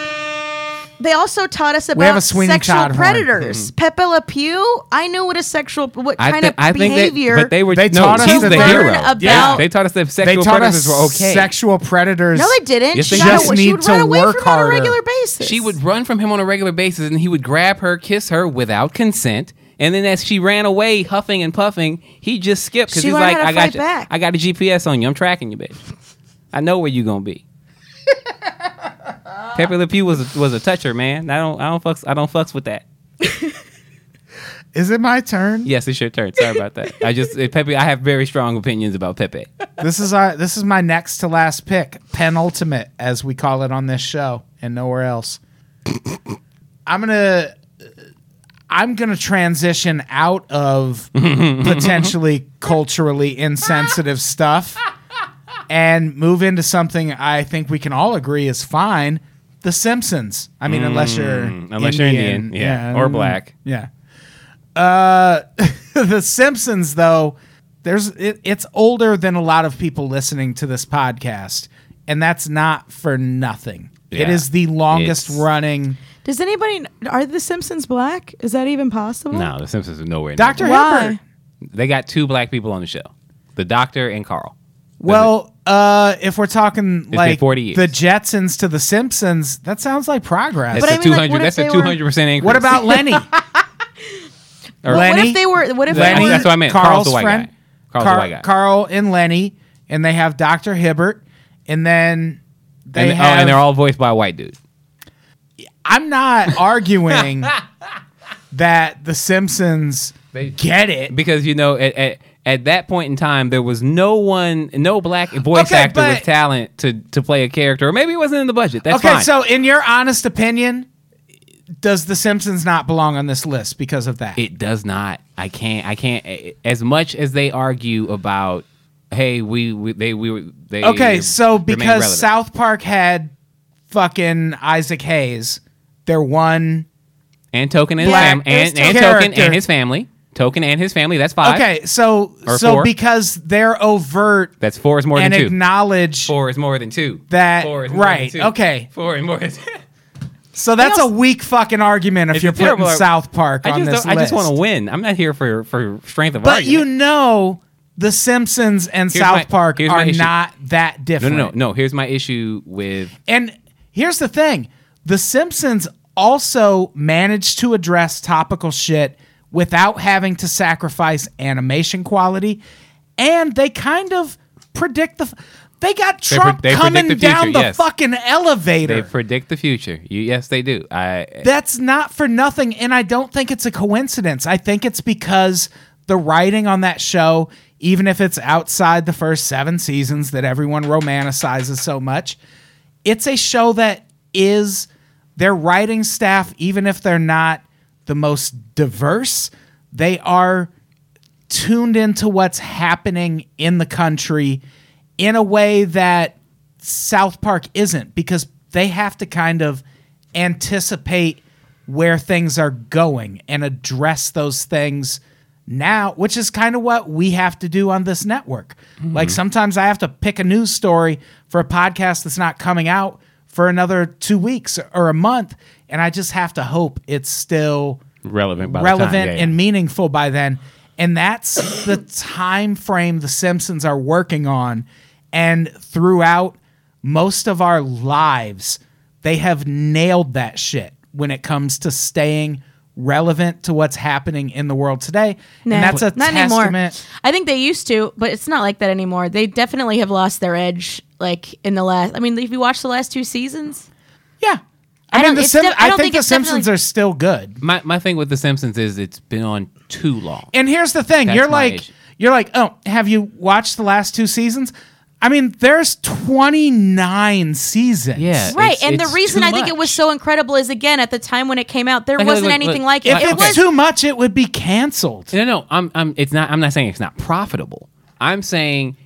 S4: they also taught us about
S2: have a Sweeney
S4: sexual
S2: Todd horn.
S4: predators. Pepe Le Pew. I knew what a sexual, what
S3: Hmm. I,
S4: kind
S3: thi-
S4: of
S3: I think that,
S4: behavior.
S3: but they were.
S2: They
S3: no,
S2: taught us
S3: she's
S2: that
S3: the
S2: they-
S3: hero.
S5: Learn about-
S3: yeah, they taught us that
S2: They
S3: sexual
S2: taught us
S3: predators were okay.
S2: sexual predators.
S4: no, they didn't.
S3: Yes,
S4: she,
S3: they
S4: got
S3: just
S4: away- she
S2: need
S4: would
S2: to
S4: run away
S2: work
S4: from him on a
S2: harder.
S4: regular basis.
S3: She would run from him on a regular basis, and he would grab her, kiss her without consent. And then as she ran away, huffing and puffing, he just skipped because
S4: She
S3: he's
S4: learned
S3: like,
S4: how to
S3: "I got
S4: fight
S3: you.
S4: back.
S3: I got a GPS on you. I'm tracking you, bitch. I know where you gonna be." Pepe Le Pew was a, was a toucher, man. I don't I don't fucks I don't fucks with that.
S2: Is it my turn?
S3: Yes, it's your turn. Sorry about that. I just eh, Pepe. I have very strong opinions about Pepe.
S2: This is our this is my next to last pick, penultimate as we call it on this show and nowhere else. I'm going to I'm going to transition out of potentially culturally insensitive stuff and move into something I think we can all agree is fine, The Simpsons. I mean, unless you're
S3: Mm, unless you're Indian, yeah, or black.
S2: Yeah. Uh, The Simpsons, though, there's it, it's older than a lot of people listening to this podcast, and that's not for nothing. It
S3: Yeah.
S2: is the longest
S3: It's-
S2: running.
S4: Does anybody? Are the Simpsons black? Is that even possible?
S3: No, The Simpsons is nowhere. near
S2: Doctor
S4: Why?
S2: Hilbert.
S3: They got two black people on the show, the Doctor and Carl.
S2: Well, uh, if we're talking
S3: been
S2: like
S3: 40 years.
S2: the Jetsons to the Simpsons, that sounds like progress.
S3: That's
S4: But I
S3: a
S4: mean,
S3: two
S4: like,
S3: hundred.
S4: what if
S3: that's a
S4: they
S3: two
S4: were-
S3: hundred percent increase.
S2: what about Lenny?
S3: Or-
S4: What
S2: Lenny?
S4: if they were? What if
S3: Lenny?
S4: they were?
S3: That's what I meant. Carl's the white guy. Carl's the
S2: Car-
S3: white guy.
S2: Carl and Lenny, and they have Doctor Hibbert, and then they
S3: and, oh,
S2: have.
S3: and they're all voiced by a white dude.
S2: I'm not arguing that the Simpsons
S3: They-
S2: get it.
S3: Because you know, at, at at that point in time, there was no one, no black voice
S2: Okay,
S3: actor with
S2: but-
S3: talent to to play a character, or maybe it wasn't in the budget. That's
S2: Okay,
S3: fine.
S2: so in your honest opinion, does the Simpsons not belong on this list because of that?
S3: it does not. I can't. I can't. As much as they argue about, hey, we, we they we were- they
S2: okay, so
S3: remain
S2: because
S3: relevant.
S2: South Park had fucking Isaac Hayes, their one.
S3: and Token and
S2: Black
S3: Sam and,
S2: is
S3: and
S2: Token.
S3: Token and
S2: Character.
S3: his family, Token and his family. That's five.
S2: Okay, so
S3: Or
S2: so
S3: four.
S2: because they're overt
S3: that's four is more
S2: and
S3: than two.
S2: acknowledge.
S3: Four is more than two.
S2: That-
S3: four is
S2: right,
S3: More than two.
S2: okay.
S3: Four and more. Than
S2: So that's
S4: They also-
S2: a weak fucking argument if
S3: It's
S2: you're
S3: a terrible
S2: putting
S3: ar-
S2: South Park
S3: I
S2: on
S3: just
S2: this
S3: don't- I just
S2: list.
S3: want to win. I'm not here for for strength of
S2: But you
S3: argument.
S2: know, The Simpsons and
S3: Here's
S2: South
S3: my-
S2: Park
S3: here's my
S2: are
S3: issue.
S2: not that
S3: no,
S2: different.
S3: no, no, no. Here's my issue with
S2: And here's the thing The Simpsons also managed to address topical shit without having to sacrifice animation quality, and they kind of predict the. f- They got
S3: pre-
S2: Trump
S3: they predict
S2: coming
S3: the future,
S2: down the
S3: yes.
S2: fucking
S3: They
S2: elevator.
S3: predict the future. You, yes, they do. I
S2: That's not for nothing. And I don't think it's a coincidence. I think it's because the writing on that show, even if it's outside the first seven seasons that everyone romanticizes so much, it's a show that is their writing staff, even if they're not the most diverse, they are tuned into what's happening in the country in a way that South Park isn't because they have to kind of anticipate where things are going and address those things now, which is kind of what we have to do on this network. Like sometimes I have to pick a news story for a podcast that's not coming out for another two weeks or a month, and I just have to hope it's still
S3: relevant. By the time.
S2: relevant
S3: Yeah, yeah.
S2: and meaningful by then and that's the time frame the simpsons are working on and throughout most of our lives they have nailed that shit when it comes to staying relevant to what's happening in the world today and that's a
S5: not
S2: testament
S5: anymore. I think they used to, but it's not like that anymore. They definitely have lost their edge. Like in the last, I mean, if you watch the last two seasons,
S2: yeah
S5: I
S2: i, mean
S5: don't-
S2: the
S5: it's
S2: Sim-
S5: def- I
S2: I,
S5: don't
S2: think,
S5: think
S2: the
S5: it's definitely-
S2: simpsons are still good
S3: my my thing with the Simpsons is it's been on too long.
S2: And here's the thing:
S3: That's
S2: you're
S3: my
S2: like,
S3: issue.
S2: you're like, oh, have you watched the last two seasons? I mean, there's 29 seasons.
S3: Yeah.
S5: right.
S3: It's-
S5: and
S3: it's
S5: the reason
S3: too
S5: I think it was
S3: much.
S5: so incredible is again at the time when it came out, there
S3: Like,
S5: wasn't
S3: look, look,
S5: anything
S3: look.
S5: like it.
S2: If
S5: It
S2: it's
S5: was
S2: too much, it would be canceled.
S3: No, no, I'm, I'm. It's not. I'm not saying it's not profitable. I'm saying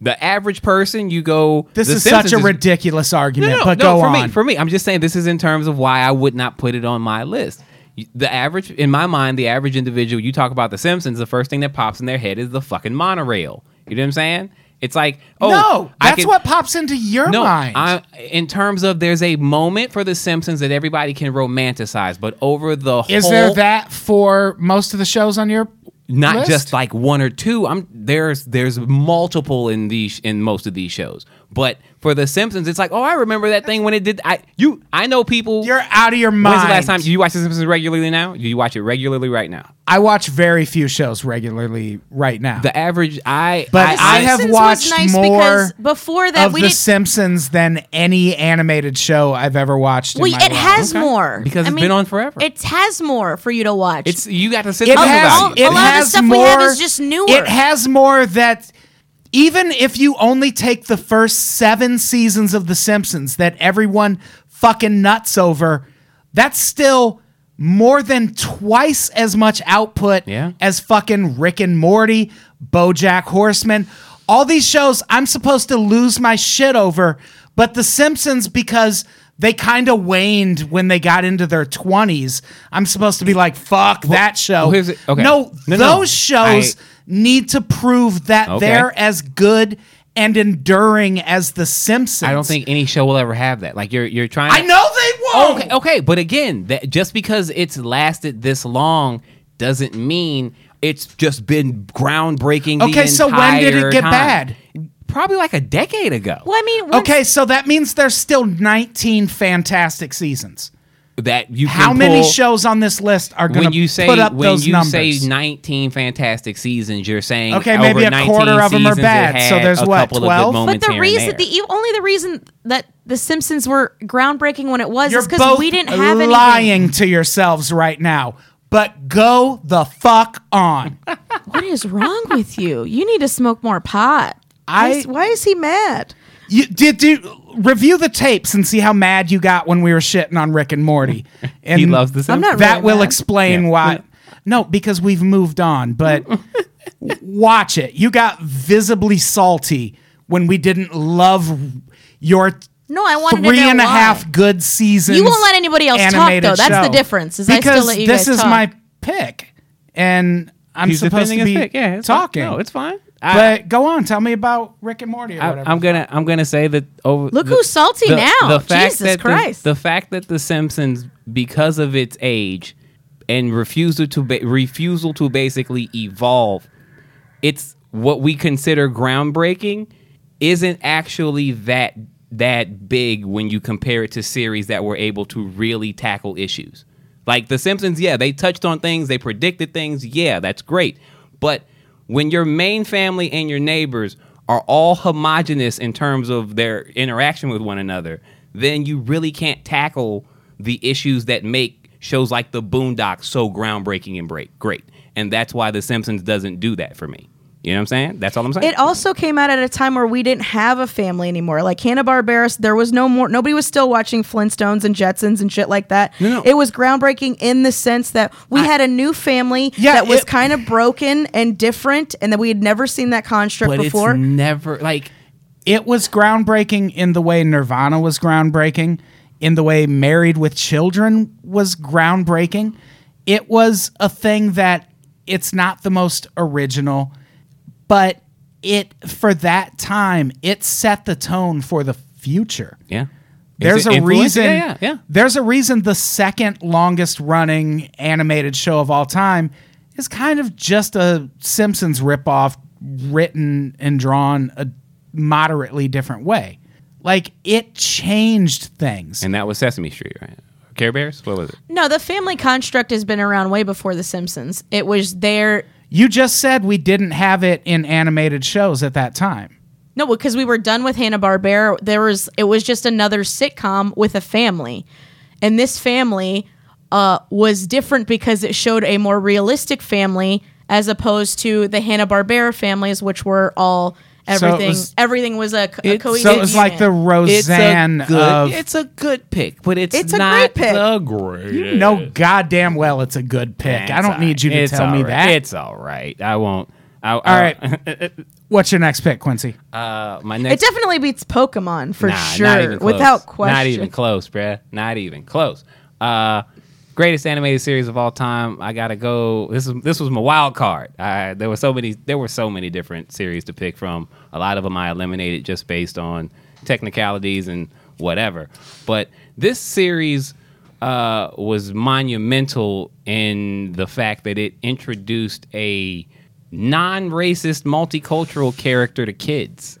S3: the average person, you go.
S2: This
S3: The
S2: is
S3: Simpsons
S2: such a ridiculous argument,
S3: No, no,
S2: but
S3: no,
S2: go
S3: for
S2: on.
S3: me, for me, I'm just saying this is in terms of why I would not put it on my list. You- The average, in my mind, the average individual. You talk about The Simpsons, the first thing that pops in their head is the fucking monorail. You know what I'm saying? It's like, oh,
S2: no,
S3: I
S2: that's
S3: can-
S2: what pops into your
S3: No,
S2: mind.
S3: I, in terms of there's a moment for The Simpsons that everybody can romanticize, but over the
S2: is
S3: whole,
S2: there that for most of the shows on your
S3: not
S2: list?
S3: just like one or two. I'm there's there's multiple in these in most of these shows. But for The Simpsons, it's like, oh, I remember that thing when it did. I you I know people.
S2: you're out of your mind.
S3: When's the last time do you watch The Simpsons regularly now? Do you watch it regularly right now?
S2: I watch very few shows regularly right now.
S3: The average I
S2: But I
S3: I,
S2: have
S5: Simpsons was
S2: watched
S5: nice
S2: more
S5: because before that
S2: of
S5: we
S2: The
S5: didn't-
S2: Simpsons than any animated show I've ever watched. in
S5: Well,
S2: my life.
S5: it has
S3: Okay.
S5: more
S3: Because
S5: I
S3: it's
S5: mean,
S3: been on forever.
S5: It has more for you to watch.
S3: it's you got to sit
S2: It
S3: down
S2: has,
S5: all-
S3: about
S2: it
S5: a lot of the
S2: has
S5: stuff
S2: more,
S5: we have is just newer.
S2: It has more that even if you only take the first seven seasons of The Simpsons that everyone fucking nuts over, that's still more than twice as much output
S3: Yeah.
S2: as fucking Rick and Morty, BoJack Horseman, all these shows I'm supposed to lose my shit over, but The Simpsons because they kind of waned when they got into their 20s. I'm supposed to be like, fuck that show.
S3: well, Oh, here's the- okay.
S2: No,
S3: No, no.
S2: those shows
S3: I-
S2: need to prove that
S3: Okay.
S2: they're as good and enduring as The Simpsons.
S3: I don't think any show will ever have that. Like you're you're trying
S2: I
S3: to-
S2: know they won't.
S3: Okay, oh, okay, but again, that just because it's lasted this long doesn't mean it's just been groundbreaking. the
S2: Okay, so when did it
S3: entire
S2: get
S3: time.
S2: bad?
S3: Probably like a decade ago.
S5: well, I mean, once-
S2: Okay, so that means there's still 19 fantastic seasons.
S3: That you
S2: How
S3: can
S2: many
S3: pull-
S2: shows on this list are going
S3: when
S2: to
S3: you say
S2: put up
S3: when
S2: those
S3: you
S2: numbers?
S3: say 19 fantastic seasons you're saying
S2: Okay, maybe
S3: over
S2: a
S3: 19
S2: quarter of 'em are
S3: seasons it
S2: bad, so
S3: had
S2: there's
S3: a
S2: what,
S3: couple of good
S2: 12? But
S5: but
S3: moments
S5: the
S3: here and
S5: reason,
S3: there.
S5: the e- only the reason that The Simpsons were groundbreaking when it was
S2: You're
S5: is because
S2: both
S5: we didn't have anything.
S2: lying to yourselves right now. But go the fuck on.
S5: What is wrong with you? You need to smoke more pot.
S4: Why
S2: I
S4: is- why is he mad?
S2: You did you review the tapes and see how mad you got when we were shitting on Rick and Morty. And
S3: he loves the
S4: I'm
S3: Simpsons.
S4: not
S2: that
S4: really
S2: will
S4: mad.
S2: explain
S3: Yeah.
S2: why. No, because we've moved on, but watch it. You got visibly salty when we didn't love your
S5: No, I wanted
S2: three
S5: to know
S2: and a
S5: why.
S2: half good seasons.
S5: You won't let anybody else talk,
S2: animated
S5: though. That's the
S2: show.
S5: difference, is I still
S2: because
S5: let you
S2: this
S5: guys
S2: is
S5: talk.
S2: my pick, and I'm
S3: He's
S2: supposed
S3: defending
S2: to
S3: his
S2: be
S3: pick. Yeah, it's fine.
S2: talking.
S3: No, it's fine. I-
S2: But go on, tell me about Rick and Morty or
S3: I,
S2: whatever.
S3: I'm gonna I'm gonna say that over.
S5: Look who's salty now. Jesus
S3: that the-
S5: Christ.
S3: The, fact that the Simpsons, because of its age, and refusal to ba- refusal to basically evolve, it's what we consider groundbreaking, isn't actually that that big when you compare it to series that were able to really tackle issues. Like The Simpsons, yeah, they touched on things, they predicted things, yeah, that's great. But when your main family and your neighbors are all homogenous in terms of their interaction with one another, then you really can't tackle the issues that make shows like The Boondocks so groundbreaking and break great. And that's why The Simpsons doesn't do that for me. You know what I'm saying? That's all I'm saying.
S4: It also came out at a time where we didn't have a family anymore. Like Hanna Barbera, there was no more. Nobody was still watching Flintstones and Jetsons and shit like that.
S3: No, no.
S4: It was groundbreaking in the sense that we had a new family
S2: Yeah,
S4: that was
S2: it-
S4: kind of broken and different, and that we had never seen that construct
S3: but
S4: before.
S3: it's never like
S2: it was groundbreaking in the way Nirvana was groundbreaking, in the way Married with Children was groundbreaking. It was a thing that it's not the most original, but it for that time it set the tone for the future.
S3: yeah.
S2: There's
S3: Is it
S2: a
S3: influence?
S2: reason.
S3: Yeah, yeah, yeah.
S2: There's a reason the second longest running animated show of all time is kind of just a Simpsons ripoff, written and drawn a moderately different way. Like it changed things.
S3: And that was Sesame Street, right? Care Bears? What was it?
S5: No, the family construct has been around way before The Simpsons. It was there.
S2: you just said we didn't have it in animated shows at that time.
S5: No, because we were done with Hanna Barbera. There was it was just another sitcom with a family, and this family uh, was different because it showed a more realistic family as opposed to the Hanna Barbera families, which were all
S2: it
S5: everything.
S2: was-
S5: everything was a, co- a
S3: It- so
S5: cohesive
S2: So it was like the
S5: unit.
S2: Roseanne
S3: it's a good,
S2: of
S3: it's a good pick, but it's,
S4: It's a
S3: not
S4: great pick.
S3: the greatest.
S2: no goddamn well it's a good pick. I
S3: It's
S2: don't
S3: all
S2: need you
S3: right.
S2: to
S3: It's
S2: tell
S3: all
S2: me
S3: right.
S2: that.
S3: It's all right. I won't. I, all
S2: all right. What's your next pick, Quincy?
S3: Uh, my
S4: It
S3: next.
S4: definitely beats Pokemon for
S3: nah,
S4: sure,
S3: not even close.
S4: without question.
S3: Not even close, bruh. Not even close. Uh, greatest animated series of all time. I gotta go. This is this was my wild card. I, there were so many. There were so many different series to pick from. A lot of them I eliminated just based on technicalities and whatever. But this series uh, was monumental in the fact that it introduced a non-racist multicultural character to kids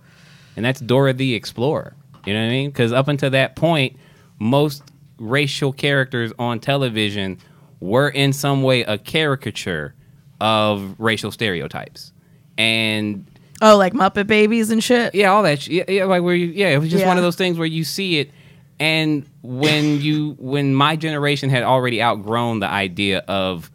S3: and that's Dora the Explorer. You know what I mean? Because up until that point, most racial characters on television were in some way a caricature of racial stereotypes, and
S4: Oh, like Muppet Babies and shit.
S3: yeah, all that. Sh- yeah, yeah, like where you, yeah, it was just
S4: Yeah.
S3: one of those things where you see it, and when you when my generation had already outgrown the idea of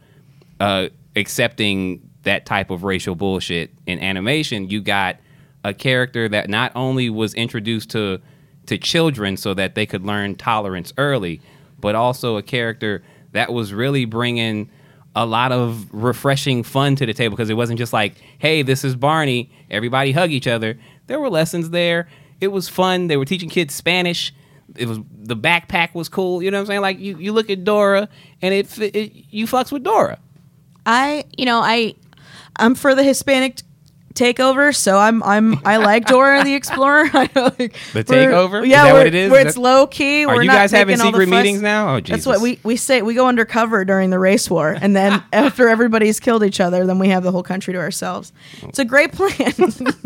S3: uh, accepting that type of racial bullshit in animation, you got a character that not only was introduced to to children so that they could learn tolerance early, but also a character that was really bringing a lot of refreshing fun to the table because it wasn't just like, hey, this is Barney, everybody hug each other. There were lessons there. It was fun. They were teaching kids Spanish. It was the backpack was cool. You know what I'm saying? Like you, you look at Dora and it, fi- it you fucks with Dora.
S5: I you know I
S4: I'm for the Hispanic takeover, so I'm I'm I like Dora the Explorer. I like,
S3: The
S4: we're-
S3: takeover? Is
S4: yeah,
S3: that what
S4: we're-
S3: it is?
S4: Where
S3: Is
S4: it's
S3: that-
S4: low key.
S3: Are
S4: we're
S3: you
S4: not
S3: guys having
S4: making all the
S3: secret
S4: fuss.
S3: meetings now? Oh, Jesus.
S4: That's what we we say. We go undercover during the race war, and then after everybody's killed each other, then we have the whole country to ourselves. It's a great plan.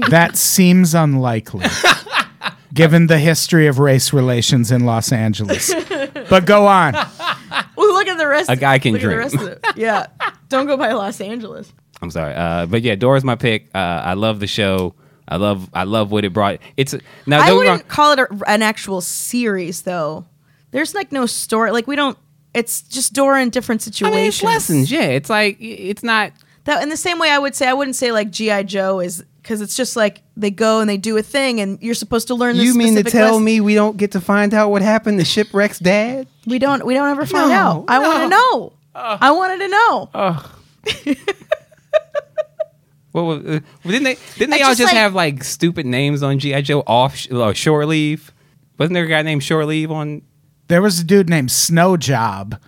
S2: That seems unlikely, given the history of race relations in Los Angeles. But go on.
S4: well, look at the rest.
S3: A guy can
S4: look at the
S3: dream.
S4: rest of it. Yeah, don't go by Los Angeles.
S3: I'm sorry, uh, but yeah, Dora's my pick. Uh, I love the show. I love I love what it brought. It's now don't
S4: I
S3: get me wrong-
S4: wouldn't call it a, an actual series, though. There's like no story. Like we don't. It's just Dora in different
S3: I
S4: situations.
S3: mean, it's lessons. Yeah, it's like it's not.
S4: That in the same way, I would say I wouldn't say like GI Joe is because it's just like they go and they do a thing, and you're supposed to learn. This specific lesson.
S3: we don't get to find out what happened to Shipwreck's dad?
S4: we don't we don't ever find
S3: No,
S4: out? I want to know.
S3: Uh.
S4: I wanted to know.
S3: What was, uh, didn't they? Didn't they
S5: It's
S3: all
S5: just
S3: just
S5: like-
S3: have like stupid names on GI Joe off sh- uh, shore leave? Wasn't there a guy named Shore Leave on?
S2: There was a dude named Snow Job,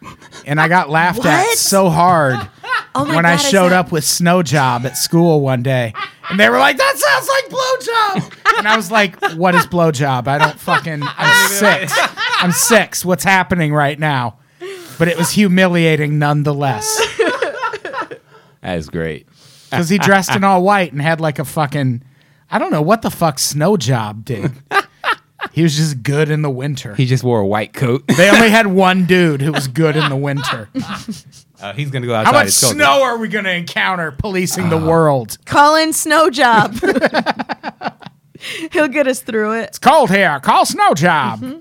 S2: and I got laughed at
S4: What?
S2: so hard
S4: my
S2: when I
S4: God, is
S2: showed
S4: that-
S2: up with Snow Job at school one day. And they were like, that sounds like blowjob. And I was like, what is blowjob? I don't fucking, I'm six. I'm six. What's happening right now? But it was humiliating nonetheless.
S3: That is great.
S2: because he dressed in all white and had like a fucking I don't know what the fuck snow job did. He was just good in the winter.
S3: He just wore a white coat.
S2: they only had one dude who was good in the winter.
S3: Uh, he's gonna go outside.
S2: How much
S3: It's cold.
S2: snow are we going to encounter policing the world?
S4: Call in Snowjob. He'll get us through it.
S2: It's cold here. Call Snow Job.
S5: Mm-hmm.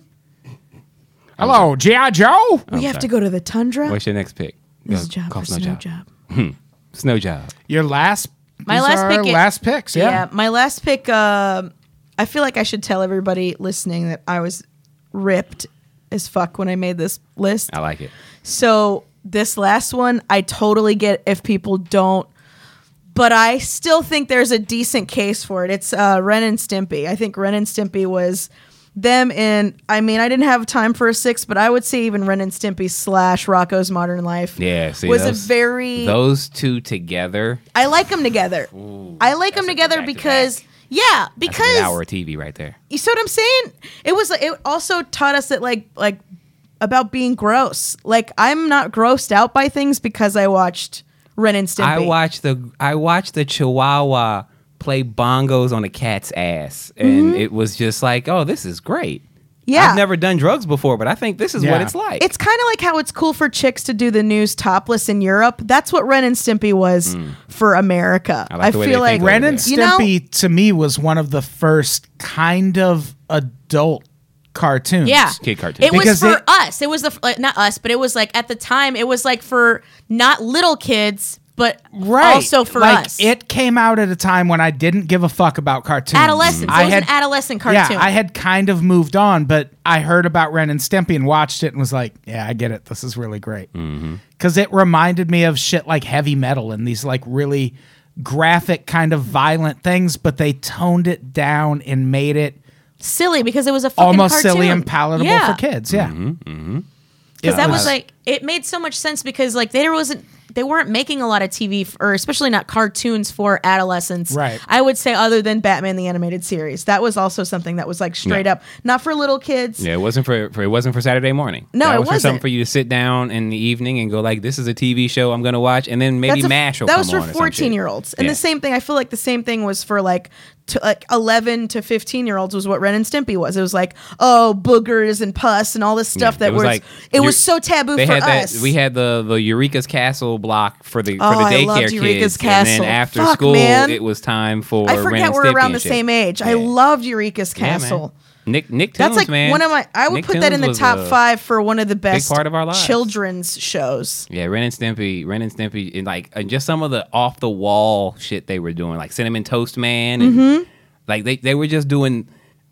S2: Hello, G.I. Joe?
S4: We have to go to the tundra.
S3: What's your next pick?
S4: this
S3: Uh,
S4: job
S3: call
S4: for snow, job.
S3: Hmm. Snow job.
S2: Your last.
S5: My
S2: these
S5: last
S2: are
S5: pick
S2: our
S5: is-
S2: Last picks, yeah.
S4: Yeah. my last pick. um I feel like I should tell everybody listening that I was ripped as fuck when I made this list.
S3: I like it.
S4: So this last one, I totally get if people don't, but I still think there's a decent case for it. It's uh, Ren and Stimpy. I think Ren and Stimpy was them in. I mean, I didn't have time for a six, but I would say even Ren and Stimpy slash Rocco's Modern Life.
S3: Yeah, see,
S4: was
S3: those-
S4: a very.
S3: Those two together.
S4: I like them together. I like
S3: that's a
S4: them together
S3: back-to-back.
S4: because yeah,
S3: That's an
S4: because
S3: hour of TV right there.
S4: you see what I'm saying? It was it also taught us that like like about being gross. Like I'm not grossed out by things because I watched Ren and Stimpy.
S3: I watched the I watched the Chihuahua play bongos on a cat's ass, and it was just like, oh, this is great.
S4: Mm-hmm. Yeah.
S3: I've never done drugs before, but I think this is what
S2: Yeah.
S3: it's like.
S4: It's kind of like how it's cool for chicks to do the news topless in Europe. That's what Ren and Stimpy was for America. I,
S3: Mm. like the way
S4: feel
S3: they
S4: like
S3: think
S2: Ren and
S4: You know-
S2: Stimpy to me was one of the first kind of adult cartoons.
S5: Yeah,
S3: Kid cartoon.
S5: It
S2: Because
S5: was for
S2: it-
S5: us. It was the like, not us, but it was like at the time it was like for not little kids, but
S2: Right.
S5: also for
S2: like,
S5: us.
S2: It came out at a time when I didn't give a fuck about cartoons.
S5: adolescence.
S2: I
S5: it was
S2: had,
S5: an adolescent cartoon.
S2: Yeah, I had kind of moved on, but I heard about Ren and Stimpy and watched it and was like, yeah, I get it. This is really great.
S3: Mm-hmm.
S2: Because it reminded me of shit like heavy metal and these like really graphic kind of violent things, but they toned it down and made it
S5: silly because it was a fucking
S2: almost
S5: cartoon.
S2: silly and palatable
S5: Yeah.
S2: for kids. Yeah.
S3: Mm-hmm,
S5: because
S2: It
S5: that
S2: was-
S5: was like it made so much sense because like there wasn't they weren't making a lot of TV f- or especially not cartoons for adolescents.
S2: Right.
S4: I would say other than Batman the animated series, that was also something that was like straight
S3: Yeah.
S4: up not for little kids.
S3: yeah, it wasn't for, for it wasn't for Saturday morning.
S4: No,
S3: that
S4: it
S3: was for something
S4: wasn't.
S3: for you to sit down in the evening and go like, this is a TV show I'm gonna watch, and then maybe
S4: That's a-
S3: Mash will
S4: that
S3: come
S4: was for
S3: on or some shit.
S4: 14 year olds and
S3: Yeah.
S4: the same thing i feel like the same thing was for like to like 11 to 15 year olds was what ren and stimpy was it was like oh boogers and puss and all this stuff
S3: Yeah,
S4: that was, it was so
S3: Eur-
S4: taboo
S3: they
S4: for
S3: had
S4: us
S3: That, we had the the Eureka's Castle block for the
S4: Oh,
S3: for the
S4: I
S3: daycare
S4: loved
S3: kids,
S4: Eureka's
S3: and
S4: Castle.
S3: then after
S4: Fuck,
S3: school
S4: man.
S3: it was time for.
S4: i
S3: Ren
S4: forget
S3: and
S4: we're
S3: Stimpy
S4: around the
S3: and shit.
S4: same age i
S3: Yeah.
S4: loved eureka's
S3: Yeah, man.
S4: castle
S3: Nick Nick
S4: that's
S3: Toons,
S4: like
S3: man.
S4: one of my i would
S3: Nick
S4: put that in
S3: Toons
S4: the
S3: was
S4: top
S3: a-
S4: five for one of the best
S3: part of our lives.
S4: children's shows
S3: Yeah, Ren and Stimpy, Ren and Stimpy, and like and just some of the off the wall shit they were doing, like Cinnamon Toast Man, and
S4: Mm-hmm.
S3: like they, they were just doing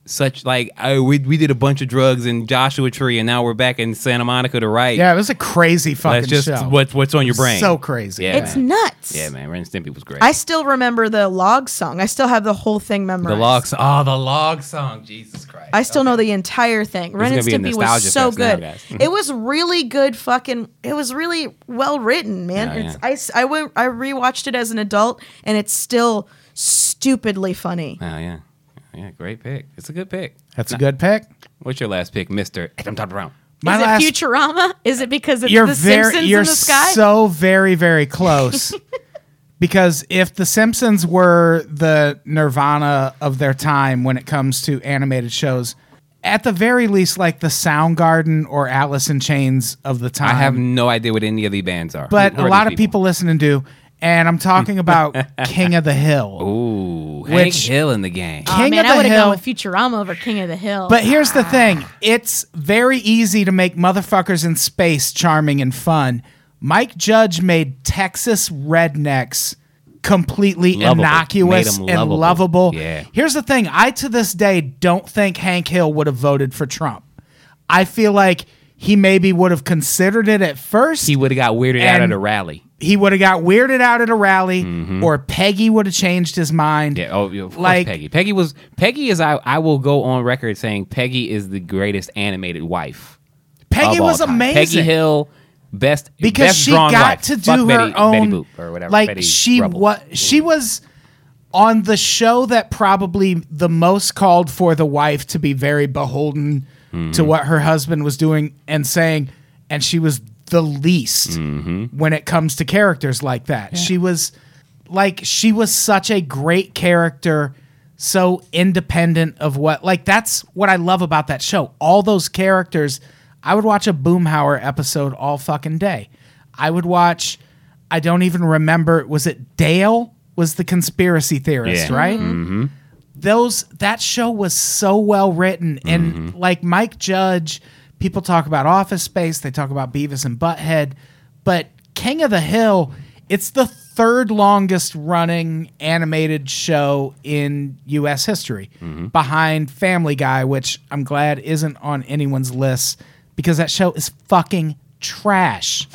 S3: such like oh we we did a bunch of drugs in Joshua Tree, and now we're back in Santa Monica to write.
S2: Yeah, it was a crazy fucking
S3: that's just
S2: show.
S3: what what's on your brain.
S2: So crazy.
S3: Yeah,
S5: it's
S3: man.
S5: nuts.
S3: Yeah, man, Ren and Stimpy was great.
S4: i still remember the log song i still have the whole thing
S3: the
S4: memorized
S3: log song, oh the log song, Jesus Christ!
S4: I still know the entire thing. Ren and
S3: gonna be a
S4: Stimpy was
S3: nostalgia
S4: so
S3: fest now,
S4: good.
S3: guys. Mm-hmm.
S2: Mm-hmm.
S4: it was really good. Fucking, it was really well written, man.
S3: Yeah,
S4: it's,
S3: yeah.
S4: I s- I went- I rewatched it as an adult, and it's still stupidly funny.
S3: Oh yeah, yeah, great pick. It's a good pick.
S2: That's a good pick.
S3: What's your last pick, Mister? I'm Todd Brown.
S2: My
S5: Is
S2: last
S5: it Futurama? Is it because it's
S2: you're
S5: the
S2: very
S5: Simpsons
S2: you're
S5: in the sky?
S2: so very very close because if the simpsons were the nirvana of their time when it comes to animated shows at the very least like the soundgarden or alice in chains of the time
S3: I have no idea what any of the bands are,
S2: Um, but
S3: Who are
S2: a
S3: these
S2: lot of people listening to and i'm talking about king of the hill
S3: Ooh, Hank
S2: Which- Uh,
S3: Hill in the game.
S5: Aw,
S2: King
S5: Oh, man,
S2: of the
S5: I would've
S2: Hill-
S5: gone with Futurama over King of the Hill.
S2: but here's the thing it's very easy to make motherfuckers in space charming and fun. Mike Judge made Texas rednecks completely
S3: Lovable.
S2: innocuous
S3: Made 'em
S2: and
S3: lovable.
S2: lovable.
S3: Yeah.
S2: Here's the thing I, to this day, don't think Hank Hill would have voted for Trump. I feel like he maybe would have considered it at first.
S3: he would have got weirded out at
S2: And-
S3: a rally.
S2: He would have got weirded out at a rally, or Peggy would have changed his mind.
S3: Mm-hmm. Yeah, oh, yeah, of course,
S2: Like-
S3: Peggy. Peggy was Peggy is I I will go on record saying Peggy is the greatest animated wife.
S2: Peggy
S3: of all
S2: was
S3: time.
S2: amazing.
S3: Peggy Hill, best
S2: because
S3: best
S2: she
S3: drawn
S2: got
S3: wife.
S2: to do
S3: Fuck
S2: her
S3: Betty,
S2: own
S3: Betty Boop or whatever.
S2: Like
S3: Betty
S2: she
S3: Rubble.
S2: was, she was on the show that probably the most called for the wife to be very beholden
S3: Mm-hmm.
S2: to what her husband was doing and saying, and she was the least
S3: Mm-hmm.
S2: when it comes to characters like that. She was like she was such a great character so independent of what like that's what I love about that show. All those characters, I would watch a Boomhauer episode all fucking day. I would watch I don't even remember was it Dale was the conspiracy theorist,
S3: Yeah.
S2: right? those that show was so well written and
S3: Mm-hmm.
S2: like Mike Judge, people talk about Office Space, they talk about Beavis and Butthead, but King of the Hill, it's the third longest running animated show in US history
S3: Mm-hmm.
S2: behind Family Guy, which I'm glad isn't on anyone's list because that show is fucking trash.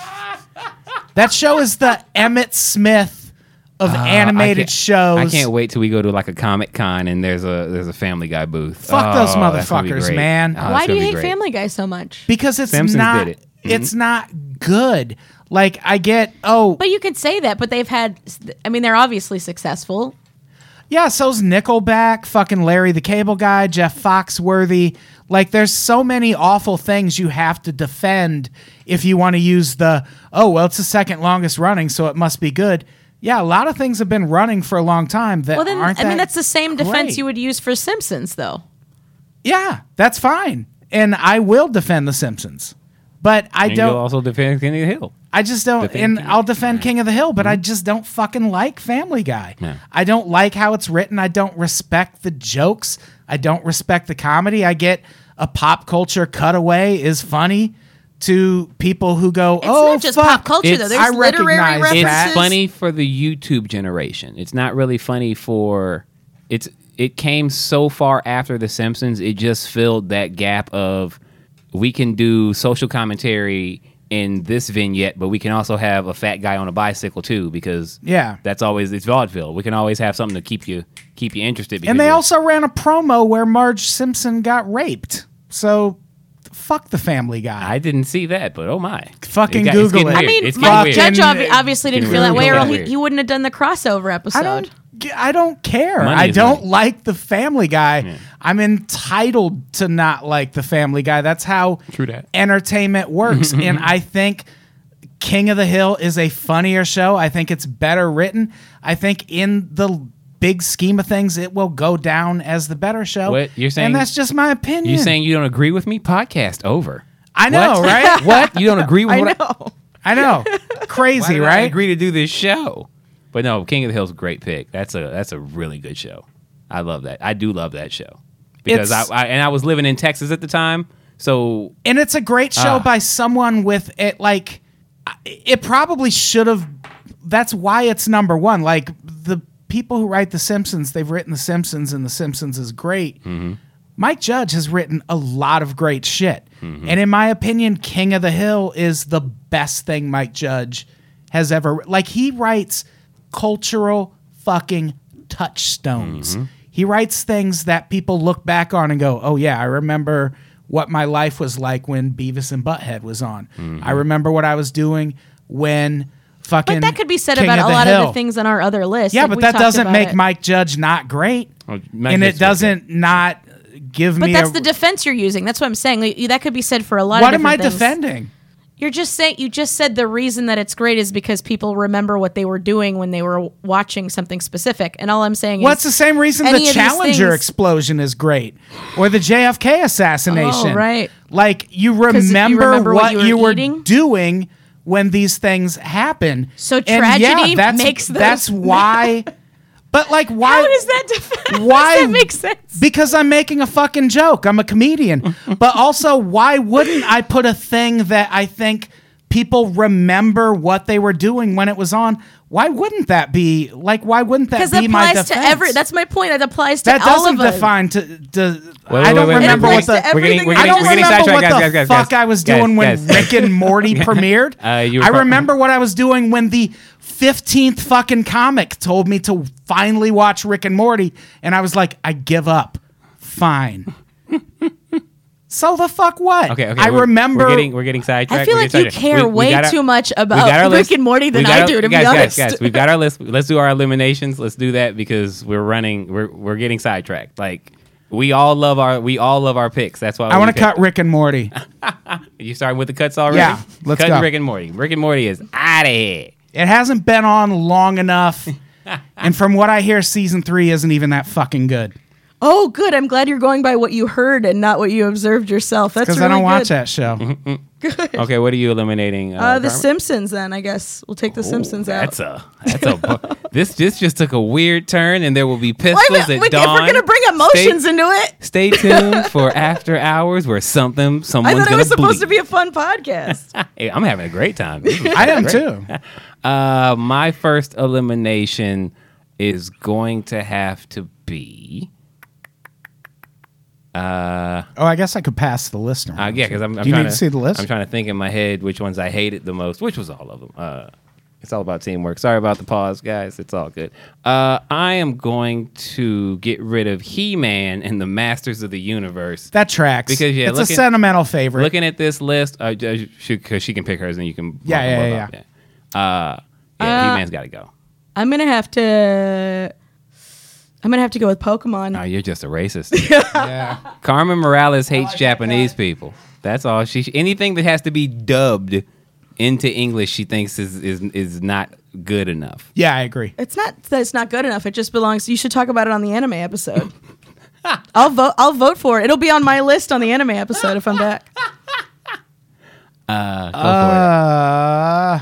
S2: that show is the Emmett Smith of
S3: Ah, I
S2: animated
S3: can't-
S2: shows.
S3: I can't wait till we go to like a Comic Con and there's a there's a Family Guy booth.
S2: Fuck those
S3: Oh, that's gonna be
S2: motherfuckers,
S3: great.
S2: man.
S3: Oh, that's
S5: Why do
S3: gonna
S5: you
S3: be
S5: hate
S3: great.
S5: Family Guy so much?
S2: because it's
S3: Simpsons
S2: not
S3: did it. Mm-hmm.
S2: it's not good. Like I get oh
S5: But you can say that. But they've had. I mean, they're obviously successful.
S2: yeah, so's Nickelback, fucking Larry the Cable Guy, Jeff Foxworthy. Like there's so many awful things you have to defend if you want to use the oh well it's the second longest running so it must be good. Yeah, a lot of things have been running for a long time that
S5: Well, then
S2: aren't.
S5: I mean,
S2: that
S5: that's the same defense
S2: great.
S5: you would use for Simpsons, though.
S2: Yeah, that's fine, and I will defend the Simpsons, but I
S3: And
S2: don't.
S3: you'll also defend King of the Hill.
S2: I just don't,
S3: Defend
S2: and
S3: King. Mm-hmm.
S2: I'll defend King of the Hill, but I just don't fucking like Family Guy.
S3: No.
S2: I don't like how it's written. I don't respect the jokes. I don't respect the comedy. I get a pop culture cutaway is funny to people who go,
S5: It's
S2: oh,
S5: not just
S2: fuck.
S5: pop culture though.
S3: It's-
S5: There's
S2: I
S5: literary
S2: recognize
S5: references.
S2: that.
S3: It's funny for the YouTube generation. It's not really funny for it's it came so far after the Simpsons, it just filled that gap of we can do social commentary in this vignette, but we can also have a fat guy on a bicycle too because
S2: Yeah.
S3: That's always it's vaudeville. We can always have something to keep you keep you interested because
S2: And they
S3: you're-
S2: also ran a promo where Marge Simpson got raped. So fuck the Family Guy.
S3: I didn't see that, but oh my.
S2: Fucking
S3: It it's
S2: Google it. I
S3: getting
S5: I
S3: weird.
S5: mean,
S3: It's getting
S5: Mike
S3: weird.
S5: Judge
S2: And, uh,
S5: obvi- obviously didn't
S3: getting
S5: feel that way,
S3: weird.
S5: or
S3: Getting
S5: he,
S3: weird.
S5: he wouldn't have done the crossover episode.
S2: I don't. I don't care.
S3: Money
S2: I
S3: is
S2: don't
S3: money.
S2: like the Family Guy. I'm entitled to not like the Family Guy. That's how
S3: True Mm-hmm. dat.
S2: entertainment works. and I think King of the Hill is a funnier show. I think it's better written. I think in the big scheme of things, it will go down as the better show.
S3: What? You're saying-
S2: and that's just my opinion.
S3: You saying you don't agree with me? Podcast over.
S2: I know,
S3: What?
S2: right?
S3: What? You don't agree with
S4: I
S3: what I-
S4: know.
S2: I know.
S3: Why
S2: Crazy,
S3: did I
S2: right?
S3: agree to do this show. But no, King of the Hill's a great pick. That's a that's a really good show. I love that. I do love that show because I,
S2: It's-
S3: I and I was living in Texas at the time, so
S2: and it's a great show
S3: Ah.
S2: by someone with it like I- it probably should have that's why it's number one like the people who write the simpsons they've written the simpsons and the simpsons is great mike judge has written a lot of great shit and in my opinion king of the hill is the best thing mike judge has ever like he writes cultural fucking touchstones. He writes things that people look back on and go, "Oh yeah, I remember what my life was like when Beavis and Butthead was on. I remember what I was doing when fucking."
S5: But that could be said
S2: King
S5: about
S2: of
S5: a lot of
S2: Hill."
S5: the things on our other list.
S2: Yeah,
S5: Like,
S2: but
S5: we
S2: that
S5: talked
S2: doesn't
S5: about
S2: make
S5: it.
S2: Mike Judge not great,
S3: Well, Mike
S2: and
S3: Judge's
S2: it doesn't not give
S5: But
S2: me.
S5: that's
S2: a,
S5: the defense you're using. That's what I'm saying. Like, That could be said for a lot.
S2: what
S5: of
S2: am I
S5: different things.
S2: defending?
S5: You're just saying you just said the reason that it's great is because people remember what they were doing when they were watching something specific. And all I'm saying
S2: What's
S5: is
S2: the same reason
S5: any
S2: the
S5: of these
S2: Challenger
S5: things-
S2: explosion is great, or the JFK assassination?
S5: Oh, right.
S2: Like you remember,
S5: you remember
S2: what, you were,
S5: eating?
S2: doing when these things happen.
S5: So
S2: And
S5: tragedy makes those-
S2: that's why. But like, why?
S5: How does that defend?
S2: Why
S5: Why does that make sense?
S2: Because I'm making a fucking joke. I'm a comedian. but also, why wouldn't I put a thing that I think people remember what they were doing when it was on? Why wouldn't that be like? Why wouldn't that
S5: Because
S2: be
S5: that
S2: my
S5: applies
S2: defense?
S5: to every. That's my point. It applies to
S2: that
S5: all
S2: doesn't
S5: of us.
S2: define to. to
S3: Wait, wait,
S2: I don't
S3: wait, wait,
S2: remember what
S3: wait, wait.
S2: the.
S4: We're getting- we're
S2: I
S4: getting-
S2: don't
S4: we're getting
S2: remember what
S3: sidetracked,
S2: the
S3: guys, guys, guys,
S2: fuck I was
S3: guys,
S2: doing when
S3: guys, guys.
S2: Rick and Morty premiered.
S3: Uh, you were
S2: I
S3: pro-
S2: remember what I was doing when the fifteenth fucking comic told me to finally watch Rick and Morty, and I was like, I give up. Fine. so the fuck what?
S3: Okay, okay.
S2: I
S3: we're-
S2: remember.
S3: We're getting we're getting sidetracked.
S5: I feel
S3: we're
S5: like
S3: getting
S5: you
S3: sidetracked.
S5: care
S3: We- we
S5: way
S3: got our-
S5: too much
S3: we
S4: uh,
S3: got our
S5: about
S3: list.
S5: Rick and Morty than
S3: We got
S5: I
S3: our-
S5: do, to
S3: guys,
S5: be honest.
S3: Guys, guys, we've got our list. Let's do our eliminations. Let's do that because we're running. We're we're getting sidetracked. Like we all love our we all love our picks. That's why
S2: I
S3: we
S2: want to
S3: pick-
S2: cut Rick and Morty.
S3: You starting with the cuts already?
S2: Yeah, let's
S3: Cutting
S2: go.
S3: Rick and Morty. Rick and Morty is out of here.
S2: It hasn't been on long enough and from what I hear, season three isn't even that fucking good
S4: Oh, good. I'm glad you're going by what you heard and not what you observed yourself. That's
S2: because
S4: really
S2: I don't watch
S4: good.
S2: that
S3: Mm-hmm.
S2: show.
S3: Okay, what are you eliminating? Uh,
S4: Uh, the
S3: Carmen?
S4: Simpsons, then I guess we'll take the Simpsons out.
S3: That's a that's a bu- this this just took a weird turn, and there will be
S4: Wait
S3: pistols
S4: a minute,
S3: at
S4: we- if
S3: dawn.
S4: we're gonna bring emotions
S3: Stay,
S4: into it,
S3: stay tuned for after hours where something
S4: I
S3: someone's
S4: thought it
S3: gonna
S4: was supposed to
S3: bleed.
S4: be a fun podcast.
S3: Hey, I'm having a great time. This is
S2: I am
S3: great.
S2: too.
S3: Uh, my first elimination is going to have to be.
S2: Oh, I guess I could pass the listener.
S3: Uh, yeah, because I'm, I'm
S2: Do you
S3: trying
S2: need to see the list?
S3: I'm trying to think in my head which ones I hated the most, which was all of them. Uh, it's all about teamwork. Sorry about the pause, guys. It's all good. Uh, I am going to get rid of He-Man and the Masters of the Universe.
S2: that tracks
S3: Because, yeah,
S2: it's a
S3: looking-
S2: sentimental favorite.
S3: Looking at this list, uh, because she, 'cause she can pick hers and you can.
S2: Yeah,
S3: bump
S2: yeah,
S3: them
S2: yeah,
S3: both up. Uh, yeah, He-Man's got to go.
S4: I'm gonna have to. I'm gonna have to go with Pokemon.
S3: No, you're just a racist.
S2: yeah.
S3: Carmen Morales hates Japanese people. That's all. She anything that has to be dubbed into English, she thinks is is is not good enough.
S2: yeah, I agree.
S4: It's not that it's not good enough. It just belongs. You should talk about it on the anime episode. I'll vote. I'll vote for it. It'll be on my list on the anime episode if I'm back.
S3: Go for
S2: Uh,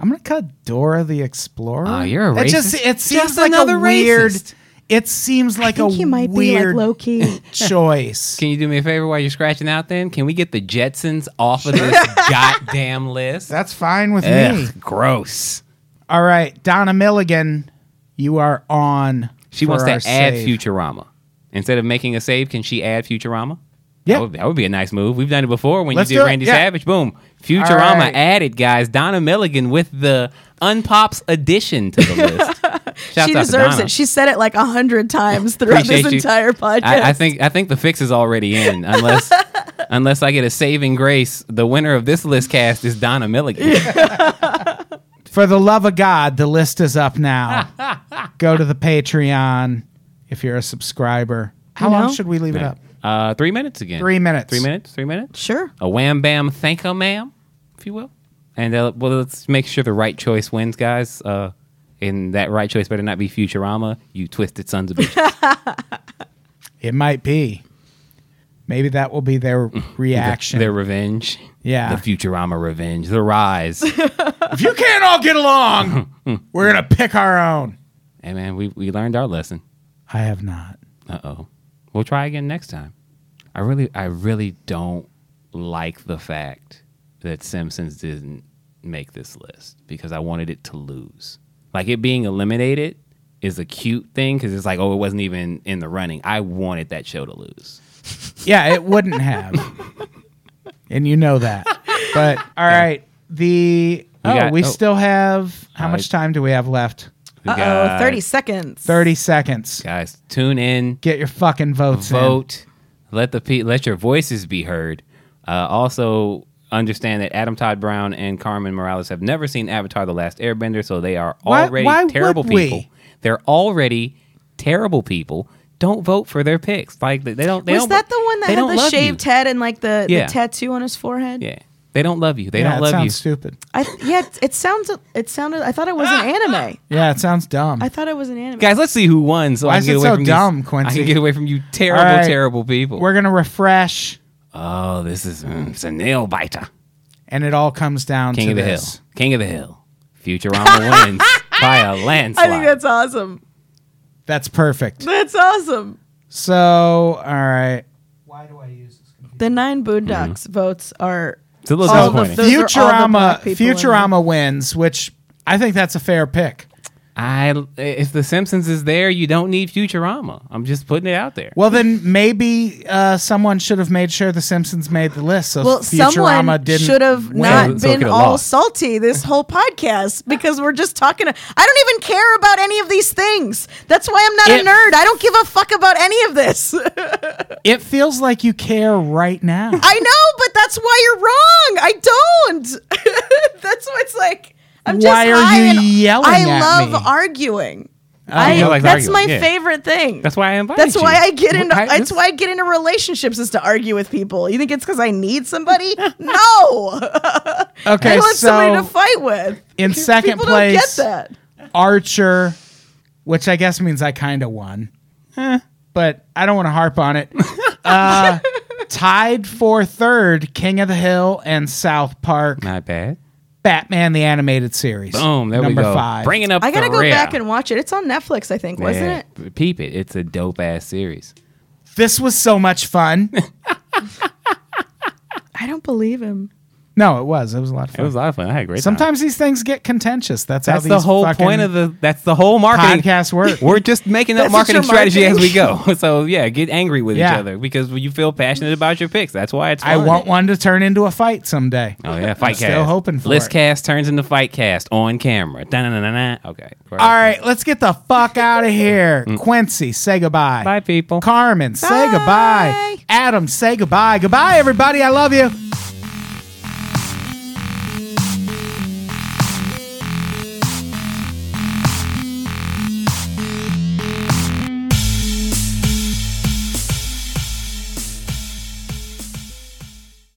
S2: I'm gonna cut Dora the Explorer.
S3: Aw, you're a
S2: It just
S3: racist.
S2: it seems
S3: Just
S2: like
S3: another
S2: a weird.
S3: racist.
S2: It seems like
S4: I think
S2: a
S4: you might
S2: weird
S4: be like low key.
S2: choice.
S3: it. Can you do me a favor while you're scratching out? Then can we get the Jetsons off of this goddamn list?
S2: That's fine with me.
S3: Ugh, gross.
S2: All right, Donna Milligan, you are on.
S3: She
S2: for
S3: wants to
S2: our
S3: add
S2: save.
S3: Futurama instead of making a save. Can she add Futurama?
S2: Yeah.
S3: That would, that would be a nice move. We've done it before when
S2: Let's
S3: you
S2: do
S3: did
S2: it.
S3: Randy
S2: Yeah.
S3: Savage. Boom.
S2: All
S3: Futurama
S2: right.
S3: added, guys. Donna Milligan with the Unpops addition to the list. Shouts
S4: she
S3: out to
S4: deserves
S3: Donna.
S4: it. She said it like a hundred times throughout this
S3: Appreciate you.
S4: entire podcast.
S3: I, I think I think the fix is already in, unless unless I get a saving grace. The winner of this list cast is Donna Milligan.
S2: For the love of God, the list is up now. Go to the Patreon if you're a subscriber. How
S4: You
S2: long
S4: know?
S2: should we leave it up?
S3: Uh, three minutes again.
S2: Three minutes.
S3: Three minutes. Three minutes.
S4: Sure.
S3: a wham bam thank a ma'am, if you will. And uh, well, let's make sure the right choice wins, guys. Uh, and that right choice better not be Futurama, you twisted sons of bitches.
S2: It might be. Maybe that will be their reaction.
S3: Their revenge.
S2: Yeah.
S3: The Futurama revenge. The rise. hey,
S2: if you can't all get along, we're going to pick our own.
S3: man, we, we learned our lesson.
S2: I have not.
S3: Uh oh. We'll try again next time. I really, I really don't like the fact that Simpsons didn't make this list because I wanted it to lose. Like it being eliminated is a cute thing because it's like, oh, it wasn't even in the running. I wanted that show to lose.
S2: Yeah, it wouldn't have. and you know that. But all right, the
S3: We
S2: Oh,
S3: got-
S2: we
S3: oh.
S2: still have how
S3: Uh,
S2: much time do we have left?
S3: We
S4: Uh oh,
S3: got-
S4: thirty seconds.
S2: 30 seconds.
S3: guys. Tune in,
S2: Get your fucking votes in.
S3: vote, let the pe- let your voices be heard. Uh, also. Understand that Adam Todd Brown and Carmen Morales have never seen Avatar: The Last Airbender, so they are
S2: Why-
S3: already
S2: why
S3: terrible
S2: would we?
S3: people. They're already terrible people. Don't vote for their picks. Like they they don't. They
S4: Was
S3: don't,
S4: that the one that
S3: they
S4: had
S3: don't
S4: the
S3: love
S4: shaved
S3: you.
S4: head and like the,
S3: Yeah.
S4: the tattoo on his forehead?
S3: Yeah, they don't love you. They
S2: yeah,
S3: don't
S2: it
S3: love
S2: sounds
S3: you.
S2: stupid.
S4: I yeah, it, it sounds it sounded I thought it was an anime.
S2: Yeah, it sounds dumb.
S4: I thought it was an anime.
S3: Guys, let's see who won. So
S2: Why
S3: I
S2: is
S3: can get
S2: it
S3: away
S2: so
S3: from these-
S2: dumb,
S3: I
S2: Quincy?
S3: can get away from you terrible,
S2: All right.
S3: terrible people.
S2: We're going to refresh
S3: oh, this is mm, it's a nail biter.
S2: and it all comes down
S3: King
S2: to
S3: of the
S2: this.
S3: hill. King of the hill. Futurama wins by a landslide.
S4: I think that's awesome.
S2: That's perfect.
S4: That's awesome.
S2: So, all right. Why do I use this computer?
S4: The nine boondocks votes are
S3: it's a little
S4: all the
S3: disappointing.
S4: third- Those are all
S2: Futurama
S4: the black people in
S2: Futurama wins, which I think that's a fair pick.
S3: I if the Simpsons is there, you don't need Futurama. I'm just putting it out there.
S2: Well, then maybe uh, someone should have made sure the Simpsons made the list. So
S4: well,
S2: Futurama
S4: someone
S2: didn't
S4: should have
S2: win.
S4: not
S3: So it
S4: been
S3: could've
S4: all
S3: lost.
S4: salty this whole podcast because we're just talking. I don't even care about any of these things. That's why I'm not
S2: If-
S4: a nerd. I don't give a fuck about any of this.
S2: It feels like you care right now.
S4: I know, but that's why you're wrong. I don't. that's why it's like. I'm just
S2: Why are
S4: high
S2: you
S4: and
S2: yelling
S4: I
S2: at
S4: love
S2: me? Oh,
S4: arguing.
S3: he
S4: I,
S3: likes
S4: that's
S3: arguing,
S4: my
S3: yeah.
S4: favorite thing.
S3: That's why I invited
S4: That's
S3: you.
S4: why I get into.
S3: I-
S4: that's why I get into relationships is to argue with people. You think it's because I need somebody? no,
S2: Okay,
S4: I want
S2: so
S4: somebody to fight with.
S2: in second
S4: people
S2: place,
S4: don't get that.
S2: Archer, which I guess means I kind of won. Eh, But I don't want to harp on it. uh, tied for third, King of the Hill and South Park,
S3: Not bad.
S2: Batman the Animated Series.
S3: Boom. There
S2: number
S3: we go.
S2: five.
S3: Bringing up.
S4: I gotta
S3: the
S4: go
S3: rear.
S4: back and watch it. It's on Netflix, I think, wasn't
S3: Yeah.
S4: it?
S3: Peep it. It's a dope ass series.
S2: this was so much fun.
S4: I don't believe him.
S2: no, it was. It was a lot of
S3: It
S2: fun.
S3: was a lot of fun. I had a great time.
S2: Sometimes these things get contentious. That's,
S3: That's
S2: how
S3: the
S2: these
S3: whole
S2: fucking
S3: point of the. That's the whole marketing
S2: podcast work.
S3: We're just making up
S4: That's what
S3: marketing
S4: your
S3: strategy as we go. So yeah, get angry with
S2: Yeah.
S3: each other because you feel passionate about your picks. That's why it's.
S2: I
S3: fun.
S2: want one to turn into a fight someday.
S3: Oh yeah, fight
S2: still
S3: cast.
S2: hoping for
S3: list
S2: it.
S3: cast turns into fight cast on camera. Da-na-na-na-na. Okay.
S2: All right, let's get the fuck out of here.
S3: Mm.
S2: Quincy, say goodbye.
S3: Bye, people.
S2: Carmen, say
S4: Bye.
S2: goodbye. Adam, say goodbye. Goodbye, everybody. I love you.